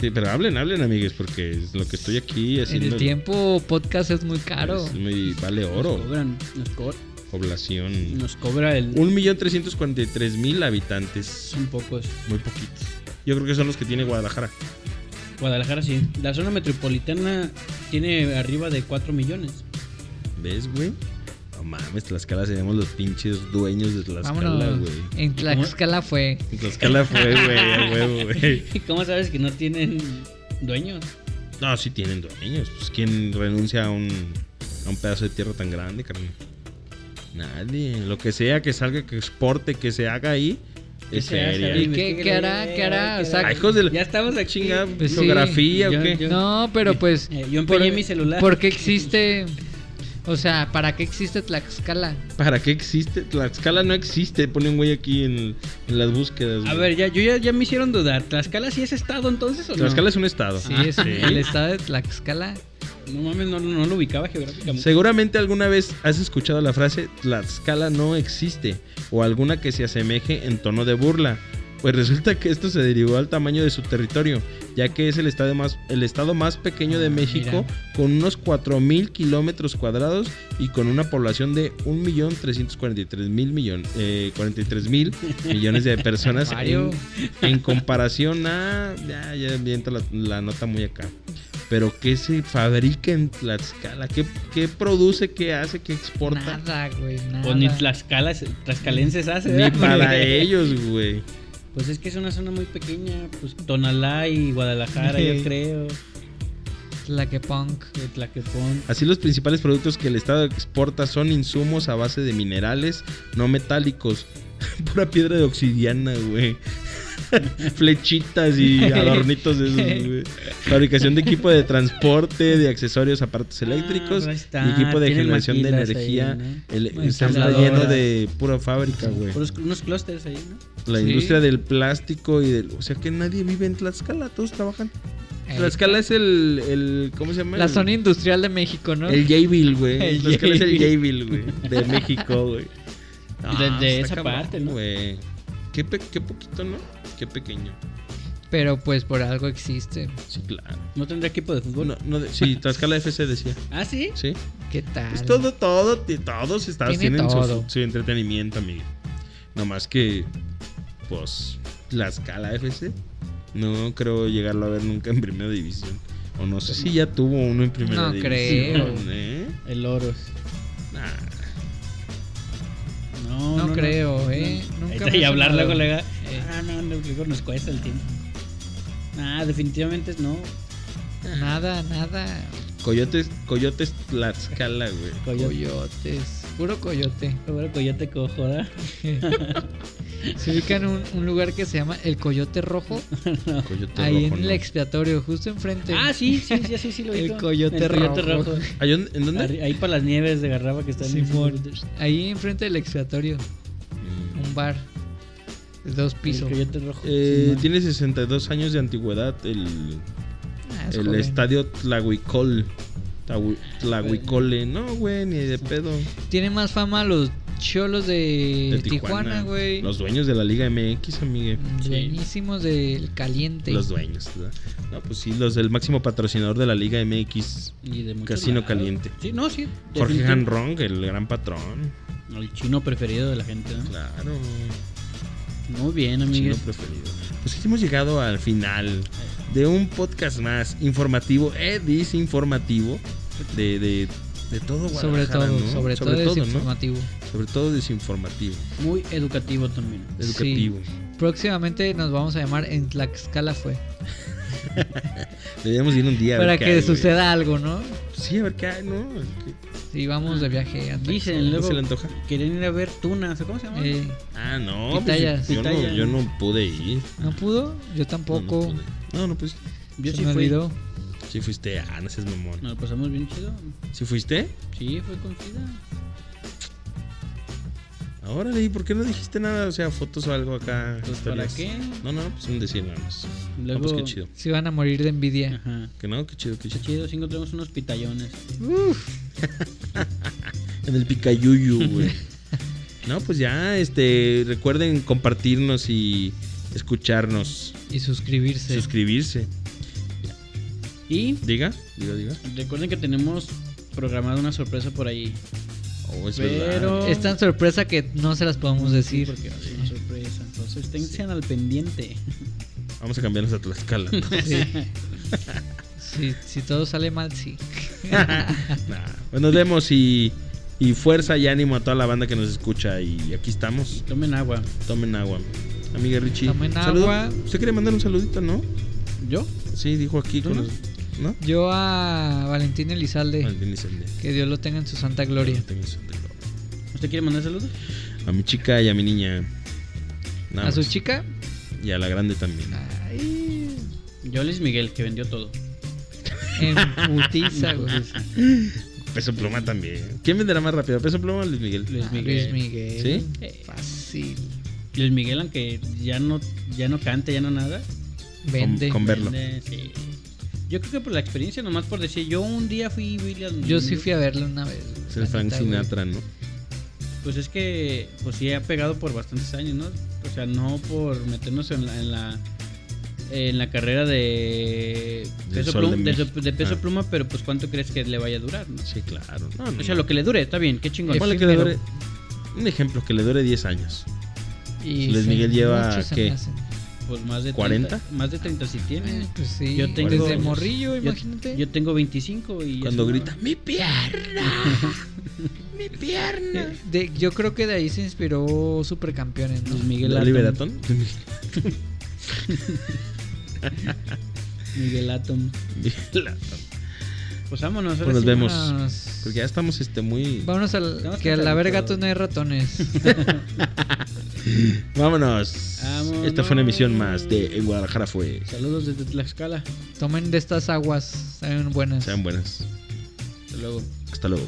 [SPEAKER 1] Sí, pero hablen, hablen, amigues, porque es lo que estoy aquí
[SPEAKER 2] En
[SPEAKER 1] haciendo.
[SPEAKER 2] el tiempo podcast es muy caro.
[SPEAKER 1] es muy- vale
[SPEAKER 3] Nos
[SPEAKER 1] oro.
[SPEAKER 3] cobran, nos, co-
[SPEAKER 1] Población.
[SPEAKER 3] nos cobra el.
[SPEAKER 1] 1.343.000 habitantes.
[SPEAKER 3] Son pocos.
[SPEAKER 1] Muy poquitos. Yo creo que son los que tiene Guadalajara.
[SPEAKER 3] Guadalajara sí. La zona metropolitana tiene arriba de 4 millones.
[SPEAKER 1] ¿Ves, güey? No mames, Tlaxcala seríamos los pinches dueños de Tlaxcala,
[SPEAKER 2] Vámonos.
[SPEAKER 1] güey.
[SPEAKER 2] En Tlaxcala fue.
[SPEAKER 1] Tlaxcala fue, güey, a huevo, güey.
[SPEAKER 3] ¿Y cómo sabes que no tienen dueños?
[SPEAKER 1] No, sí tienen dueños. Pues, ¿Quién renuncia a un, a un pedazo de tierra tan grande, carnal? Nadie. Lo que sea que salga, que exporte, que se haga ahí, es
[SPEAKER 3] se hace
[SPEAKER 1] feria.
[SPEAKER 3] ahí,
[SPEAKER 2] ¿Y
[SPEAKER 3] me
[SPEAKER 2] qué-
[SPEAKER 3] qué
[SPEAKER 2] qué hará?
[SPEAKER 3] le-
[SPEAKER 2] ¿Qué hará?
[SPEAKER 3] qué
[SPEAKER 2] O sea,
[SPEAKER 3] le-
[SPEAKER 1] Ay, hijos de la
[SPEAKER 3] Ya estamos aquí.
[SPEAKER 1] chingada,
[SPEAKER 2] Pues sí.
[SPEAKER 1] geografía o
[SPEAKER 3] Yo-
[SPEAKER 1] qué.
[SPEAKER 3] yo-
[SPEAKER 2] No, pero pues.
[SPEAKER 3] Eh, yo empeñé
[SPEAKER 2] por-
[SPEAKER 3] mi celular.
[SPEAKER 2] ¿Por qué existe? O sea, ¿para qué existe Tlaxcala?
[SPEAKER 1] ¿Para qué existe? Tlaxcala no existe. Pone un güey aquí en, en las búsquedas.
[SPEAKER 3] A
[SPEAKER 1] güey.
[SPEAKER 3] ver, ya, yo ya, ya me hicieron dudar. ¿Tlaxcala sí es estado entonces o no?
[SPEAKER 1] Tlaxcala es un estado.
[SPEAKER 2] Sí,
[SPEAKER 3] Ah,
[SPEAKER 2] es
[SPEAKER 1] sí.
[SPEAKER 2] el estado de Tlaxcala.
[SPEAKER 3] No mames, no, no lo ubicaba geográficamente.
[SPEAKER 1] Seguramente alguna vez has escuchado la frase Tlaxcala no existe o alguna que se asemeje en tono de burla. Pues resulta que esto se derivó al tamaño de su territorio, ya que es el estado más, el estado más pequeño de
[SPEAKER 3] Ah,
[SPEAKER 1] México, con unos 4.000 kilómetros cuadrados y con una población de 1.343.000 millon- eh, 43,000 millones de personas.
[SPEAKER 2] Mario.
[SPEAKER 1] En, en comparación a... Ya, ya aviento la- la nota muy acá. Pero ¿qué se fabrica en Tlaxcala? ¿Qué, qué produce? ¿Qué hace? ¿Qué exporta?
[SPEAKER 2] Nada, güey, nada.
[SPEAKER 3] O ni Tlaxcala, Tlaxcalenses hace.
[SPEAKER 1] Ni
[SPEAKER 3] ¿verdad?
[SPEAKER 1] para ellos, güey.
[SPEAKER 3] Pues es que es una zona muy pequeña, pues Tonalá y Guadalajara, yo creo,
[SPEAKER 2] Tlaqueponc.
[SPEAKER 3] de Tlaquepón.
[SPEAKER 1] Así los principales productos que el Estado exporta son insumos a base de minerales no metálicos. Pura piedra de obsidiana, güey. Flechitas y adornitos de esos, güey. Fabricación de equipo de transporte, de accesorios a partes eléctricos.
[SPEAKER 3] Ah, ahí está,
[SPEAKER 1] y equipo de
[SPEAKER 3] tienen
[SPEAKER 1] generación de
[SPEAKER 3] maquilas ahí,
[SPEAKER 1] energía.
[SPEAKER 3] ¿no?
[SPEAKER 1] El-
[SPEAKER 3] Bueno,
[SPEAKER 1] está
[SPEAKER 3] ensambladoras.
[SPEAKER 1] lleno de pura fábrica, güey.
[SPEAKER 3] Unos, unos clústeres ahí, ¿no?
[SPEAKER 1] La
[SPEAKER 2] Sí.
[SPEAKER 1] industria del plástico y del... O sea que nadie vive en Tlaxcala, todos trabajan.
[SPEAKER 2] Eh,
[SPEAKER 1] Tlaxcala es el... el ¿Cómo se llama?
[SPEAKER 2] la
[SPEAKER 1] El-
[SPEAKER 2] zona industrial de México, ¿no?
[SPEAKER 1] El Jayville, güey.
[SPEAKER 2] El
[SPEAKER 1] Tlaxcala es el Jayville,
[SPEAKER 2] Jayville.
[SPEAKER 1] güey. De México, güey. Ah,
[SPEAKER 3] de- de
[SPEAKER 1] está
[SPEAKER 3] esa parte, ¿no?
[SPEAKER 1] Güey. Qué, pe- qué poquito, ¿no? Qué pequeño.
[SPEAKER 2] Pero pues por algo existe.
[SPEAKER 1] Sí, claro.
[SPEAKER 3] No tendría equipo de fútbol.
[SPEAKER 1] Bueno, no de- sí, Tlaxcala FC decía.
[SPEAKER 3] Ah, sí.
[SPEAKER 1] Sí.
[SPEAKER 2] ¿Qué tal?
[SPEAKER 1] Es Pues todo, todo, ti- todos estados
[SPEAKER 2] Tiene
[SPEAKER 1] tienen su-
[SPEAKER 2] todo.
[SPEAKER 1] Su, entretenimiento, amigo. Nomás que, pues, Tlaxcala FC, no creo llegarlo a ver nunca en primera división. O no sé si ya tuvo uno en primera
[SPEAKER 2] No
[SPEAKER 1] división.
[SPEAKER 2] creo.
[SPEAKER 1] ¿eh? Ah,
[SPEAKER 3] El Oros.
[SPEAKER 1] Nah.
[SPEAKER 3] No,
[SPEAKER 2] No creo, ¿eh? Nunca
[SPEAKER 3] Ahí
[SPEAKER 2] me
[SPEAKER 3] está, y
[SPEAKER 2] ha
[SPEAKER 3] hablar
[SPEAKER 2] sonado.
[SPEAKER 3] luego, colega.
[SPEAKER 2] Eh.
[SPEAKER 3] Ah, no, no, luego nos cuesta el tiempo. Ah, definitivamente no.
[SPEAKER 2] Nada, nada.
[SPEAKER 1] Coyotes, Coyotes Tlaxcala, güey.
[SPEAKER 3] Coyote.
[SPEAKER 2] Coyotes. Puro coyote.
[SPEAKER 3] Bueno, coyote cojoda.
[SPEAKER 2] Se ubica en un, un lugar que se llama El Coyote Rojo.
[SPEAKER 1] Coyote
[SPEAKER 2] ahí
[SPEAKER 1] rojo,
[SPEAKER 2] en
[SPEAKER 1] ¿no?
[SPEAKER 2] el expiatorio, justo enfrente.
[SPEAKER 3] Ah, sí, sí, sí, sí, sí lo
[SPEAKER 2] El
[SPEAKER 3] ubico.
[SPEAKER 2] coyote rojo.
[SPEAKER 1] ¿Ahí on- ¿En dónde?
[SPEAKER 3] Arri- Ahí para las nieves de Garraba que están en
[SPEAKER 2] Simón. Ahí enfrente del expiatorio. Un bar. De dos pisos.
[SPEAKER 3] El coyote rojo.
[SPEAKER 1] Eh,
[SPEAKER 3] Simón.
[SPEAKER 1] tiene 62 años de antigüedad el,
[SPEAKER 2] Ah, es
[SPEAKER 1] el
[SPEAKER 2] joven.
[SPEAKER 1] estadio Tlahuicol. Tlahui- Tlahuicole. No, güey, ni de pedo.
[SPEAKER 2] Tiene más fama los Cholos de,
[SPEAKER 1] de
[SPEAKER 2] Tijuana, güey.
[SPEAKER 1] Los dueños de la Liga MX, amigue.
[SPEAKER 2] Dueñísimos del caliente.
[SPEAKER 1] Los dueños. ¿verdad? No, pues sí, los del máximo patrocinador de la Liga MX.
[SPEAKER 3] Y de muchos
[SPEAKER 1] Casino
[SPEAKER 3] lados.
[SPEAKER 1] Caliente.
[SPEAKER 3] Sí, no, sí.
[SPEAKER 1] Jorge
[SPEAKER 3] definitivamente.
[SPEAKER 1] Hanrong, el gran patrón.
[SPEAKER 3] El chino preferido de la gente,
[SPEAKER 2] Ah,
[SPEAKER 3] ¿no?
[SPEAKER 1] Claro.
[SPEAKER 3] Muy bien,
[SPEAKER 1] Chino
[SPEAKER 3] amigues.
[SPEAKER 1] preferido. Pues sí, hemos llegado al final de un podcast más informativo, eh, desinformativo, de, de, de todo
[SPEAKER 2] Sobre
[SPEAKER 1] Guadalajara,
[SPEAKER 2] todo,
[SPEAKER 1] ¿no?
[SPEAKER 2] sobre, todo, es
[SPEAKER 1] ¿no?
[SPEAKER 2] informativo.
[SPEAKER 1] Sobre todo desinformativo,
[SPEAKER 3] Muy educativo también.
[SPEAKER 2] Sí.
[SPEAKER 1] educativo.
[SPEAKER 2] Próximamente nos vamos a llamar En Tlaxcala fue.
[SPEAKER 1] Deberíamos ir un día a ver
[SPEAKER 2] Para
[SPEAKER 1] qué
[SPEAKER 2] que
[SPEAKER 1] hay, güey.
[SPEAKER 2] suceda algo, ¿no?
[SPEAKER 1] Sí, a ver qué hay, ¿no? ¿Qué-
[SPEAKER 2] Si vamos de viaje a
[SPEAKER 3] Dicen
[SPEAKER 1] qué
[SPEAKER 3] luego
[SPEAKER 1] se le antoja?
[SPEAKER 3] querían ir a ver tunas, ¿o ¿cómo se llama?
[SPEAKER 2] Eh,
[SPEAKER 1] Ah, no,
[SPEAKER 2] Pitayas.
[SPEAKER 1] pues, yo, no
[SPEAKER 3] Pitayas.
[SPEAKER 1] yo no pude ir.
[SPEAKER 2] ¿No pudo? Yo tampoco.
[SPEAKER 1] No, no, pude. no, no, pues
[SPEAKER 3] Yo
[SPEAKER 2] Se
[SPEAKER 3] sí
[SPEAKER 2] me
[SPEAKER 3] fui.
[SPEAKER 2] olvidó.
[SPEAKER 1] sí fuiste. Ah, no seas mamón.
[SPEAKER 3] Nos lo pasamos bien chido.
[SPEAKER 1] ¿Sí fuiste?
[SPEAKER 3] Sí, fue con Frida.
[SPEAKER 1] Ahora ¿y por qué no dijiste nada? O sea, fotos o algo acá.
[SPEAKER 3] Pues,
[SPEAKER 1] historias.
[SPEAKER 3] ¿para qué?
[SPEAKER 1] No, no, pues un decir nada más.
[SPEAKER 3] Luego-
[SPEAKER 1] No, pues qué chido.
[SPEAKER 2] Se van a morir de
[SPEAKER 1] Eh.
[SPEAKER 2] envidia.
[SPEAKER 3] Ajá.
[SPEAKER 1] Que no, qué chido, qué
[SPEAKER 3] Está
[SPEAKER 1] chido.
[SPEAKER 3] chido, sí encontramos unos pitallones.
[SPEAKER 1] En el picayuyu, güey. no, pues ya, este, recuerden compartirnos y escucharnos,
[SPEAKER 2] Y suscribirse.
[SPEAKER 1] suscribirse.
[SPEAKER 3] Y
[SPEAKER 1] Diga, diga, diga.
[SPEAKER 3] recuerden que tenemos programada una sorpresa por ahí.
[SPEAKER 1] Oh, es
[SPEAKER 3] Pero-
[SPEAKER 1] verdad.
[SPEAKER 2] es tan sorpresa que no se las podemos
[SPEAKER 3] Sí,
[SPEAKER 2] decir.
[SPEAKER 3] porque va a ser una sorpresa. Entonces, estén al pendiente.
[SPEAKER 1] Vamos a cambiarnos a Tlaxcala.
[SPEAKER 2] Sí. si, si todo sale mal, sí.
[SPEAKER 1] Nah, pues nos vemos y, y fuerza y ánimo a toda la banda que nos escucha. Y aquí estamos.
[SPEAKER 3] Tomen agua.
[SPEAKER 1] Tomen agua. Amiga Richie.
[SPEAKER 2] Tomen
[SPEAKER 1] saludo.
[SPEAKER 2] agua.
[SPEAKER 1] Usted quería mandar un saludito, ¿no?
[SPEAKER 3] ¿Yo?
[SPEAKER 1] Sí, dijo aquí.
[SPEAKER 3] ¿Tú
[SPEAKER 1] Con
[SPEAKER 3] no?
[SPEAKER 1] los- ¿No?
[SPEAKER 2] Yo a Valentín Elizalde,
[SPEAKER 1] Valentín Elizalde.
[SPEAKER 2] que Dios lo tenga en su santa gloria.
[SPEAKER 1] Valentín Elizalde.
[SPEAKER 3] ¿Usted quiere mandar saludos?
[SPEAKER 1] A mi chica y a mi niña. Nada
[SPEAKER 2] a su Ah.
[SPEAKER 1] más.
[SPEAKER 2] chica,
[SPEAKER 1] Y a la grande también.
[SPEAKER 2] ay,
[SPEAKER 3] Yo, Luis Miguel, que vendió todo.
[SPEAKER 2] en putiza, güey.
[SPEAKER 1] Peso pluma también. ¿Quién venderá más rápido? ¿Peso pluma o Luis Miguel?
[SPEAKER 3] Luis
[SPEAKER 2] Ah,
[SPEAKER 3] Miguel.
[SPEAKER 2] Luis Miguel.
[SPEAKER 1] ¿Sí?
[SPEAKER 3] Eh,
[SPEAKER 2] Fácil.
[SPEAKER 3] Luis Miguel, aunque ya no, ya no cante, ya no nada.
[SPEAKER 2] Vende.
[SPEAKER 1] con- Verlo.
[SPEAKER 3] vende, sí. Yo creo que por la experiencia, nomás por decir, yo un día fui y vi a Luis
[SPEAKER 2] Yo
[SPEAKER 3] Miguel.
[SPEAKER 2] sí fui a verlo una vez.
[SPEAKER 1] Es el Frank Sinatra, ¿no?
[SPEAKER 3] Pues es que, pues sí, ha pegado por bastantes años, ¿no? O sea, no por meternos en la, en la, en la carrera de
[SPEAKER 1] Del
[SPEAKER 3] peso,
[SPEAKER 1] Sol de
[SPEAKER 3] pluma, de,
[SPEAKER 1] México.
[SPEAKER 3] de peso
[SPEAKER 1] Ah.
[SPEAKER 3] pluma, pero pues cuánto crees que le vaya a durar, ¿no?
[SPEAKER 1] Sí, claro. No, no,
[SPEAKER 3] O sea,
[SPEAKER 1] no.
[SPEAKER 3] lo que le dure, está bien, qué chingón.
[SPEAKER 1] Ponle
[SPEAKER 2] Eh,
[SPEAKER 1] que le
[SPEAKER 2] primero.
[SPEAKER 1] dure- Un ejemplo, que le dure 10 años. Luis Miguel lleva, ¿qué?
[SPEAKER 3] Pues más de
[SPEAKER 1] 40.
[SPEAKER 3] 30, más de 30 sí tiene.
[SPEAKER 2] Pues sí,
[SPEAKER 3] Yo tengo-
[SPEAKER 2] desde morrillo,
[SPEAKER 3] Yo-
[SPEAKER 2] imagínate.
[SPEAKER 3] Yo tengo 25 y... ya
[SPEAKER 1] Cuando
[SPEAKER 3] se me
[SPEAKER 1] grita, mi pierna, mi pierna.
[SPEAKER 3] Eh,
[SPEAKER 2] De- yo creo que de ahí se inspiró Supercampeones,
[SPEAKER 3] va.
[SPEAKER 2] ¿no?
[SPEAKER 3] Luis Miguel Atom.
[SPEAKER 1] ¿Oliver Atom?
[SPEAKER 3] Miguel Atom.
[SPEAKER 1] Miguel Atom.
[SPEAKER 3] Pues vámonos. ahora
[SPEAKER 1] Pues nos
[SPEAKER 3] sí.
[SPEAKER 1] vemos.
[SPEAKER 2] Vámonos.
[SPEAKER 1] Porque ya estamos este muy...
[SPEAKER 2] Vámonos al.
[SPEAKER 3] Vamos
[SPEAKER 2] Que a
[SPEAKER 3] con
[SPEAKER 2] la verga
[SPEAKER 3] Salvador.
[SPEAKER 2] gatos no hay ratones.
[SPEAKER 1] Vámonos.
[SPEAKER 3] Vámonos.
[SPEAKER 1] Esta fue una emisión más de En Guadalajara fue.
[SPEAKER 3] Saludos desde Tlaxcala.
[SPEAKER 2] Tomen de estas aguas, saben buenas.
[SPEAKER 1] Sean buenas.
[SPEAKER 3] Hasta luego.
[SPEAKER 1] Hasta luego.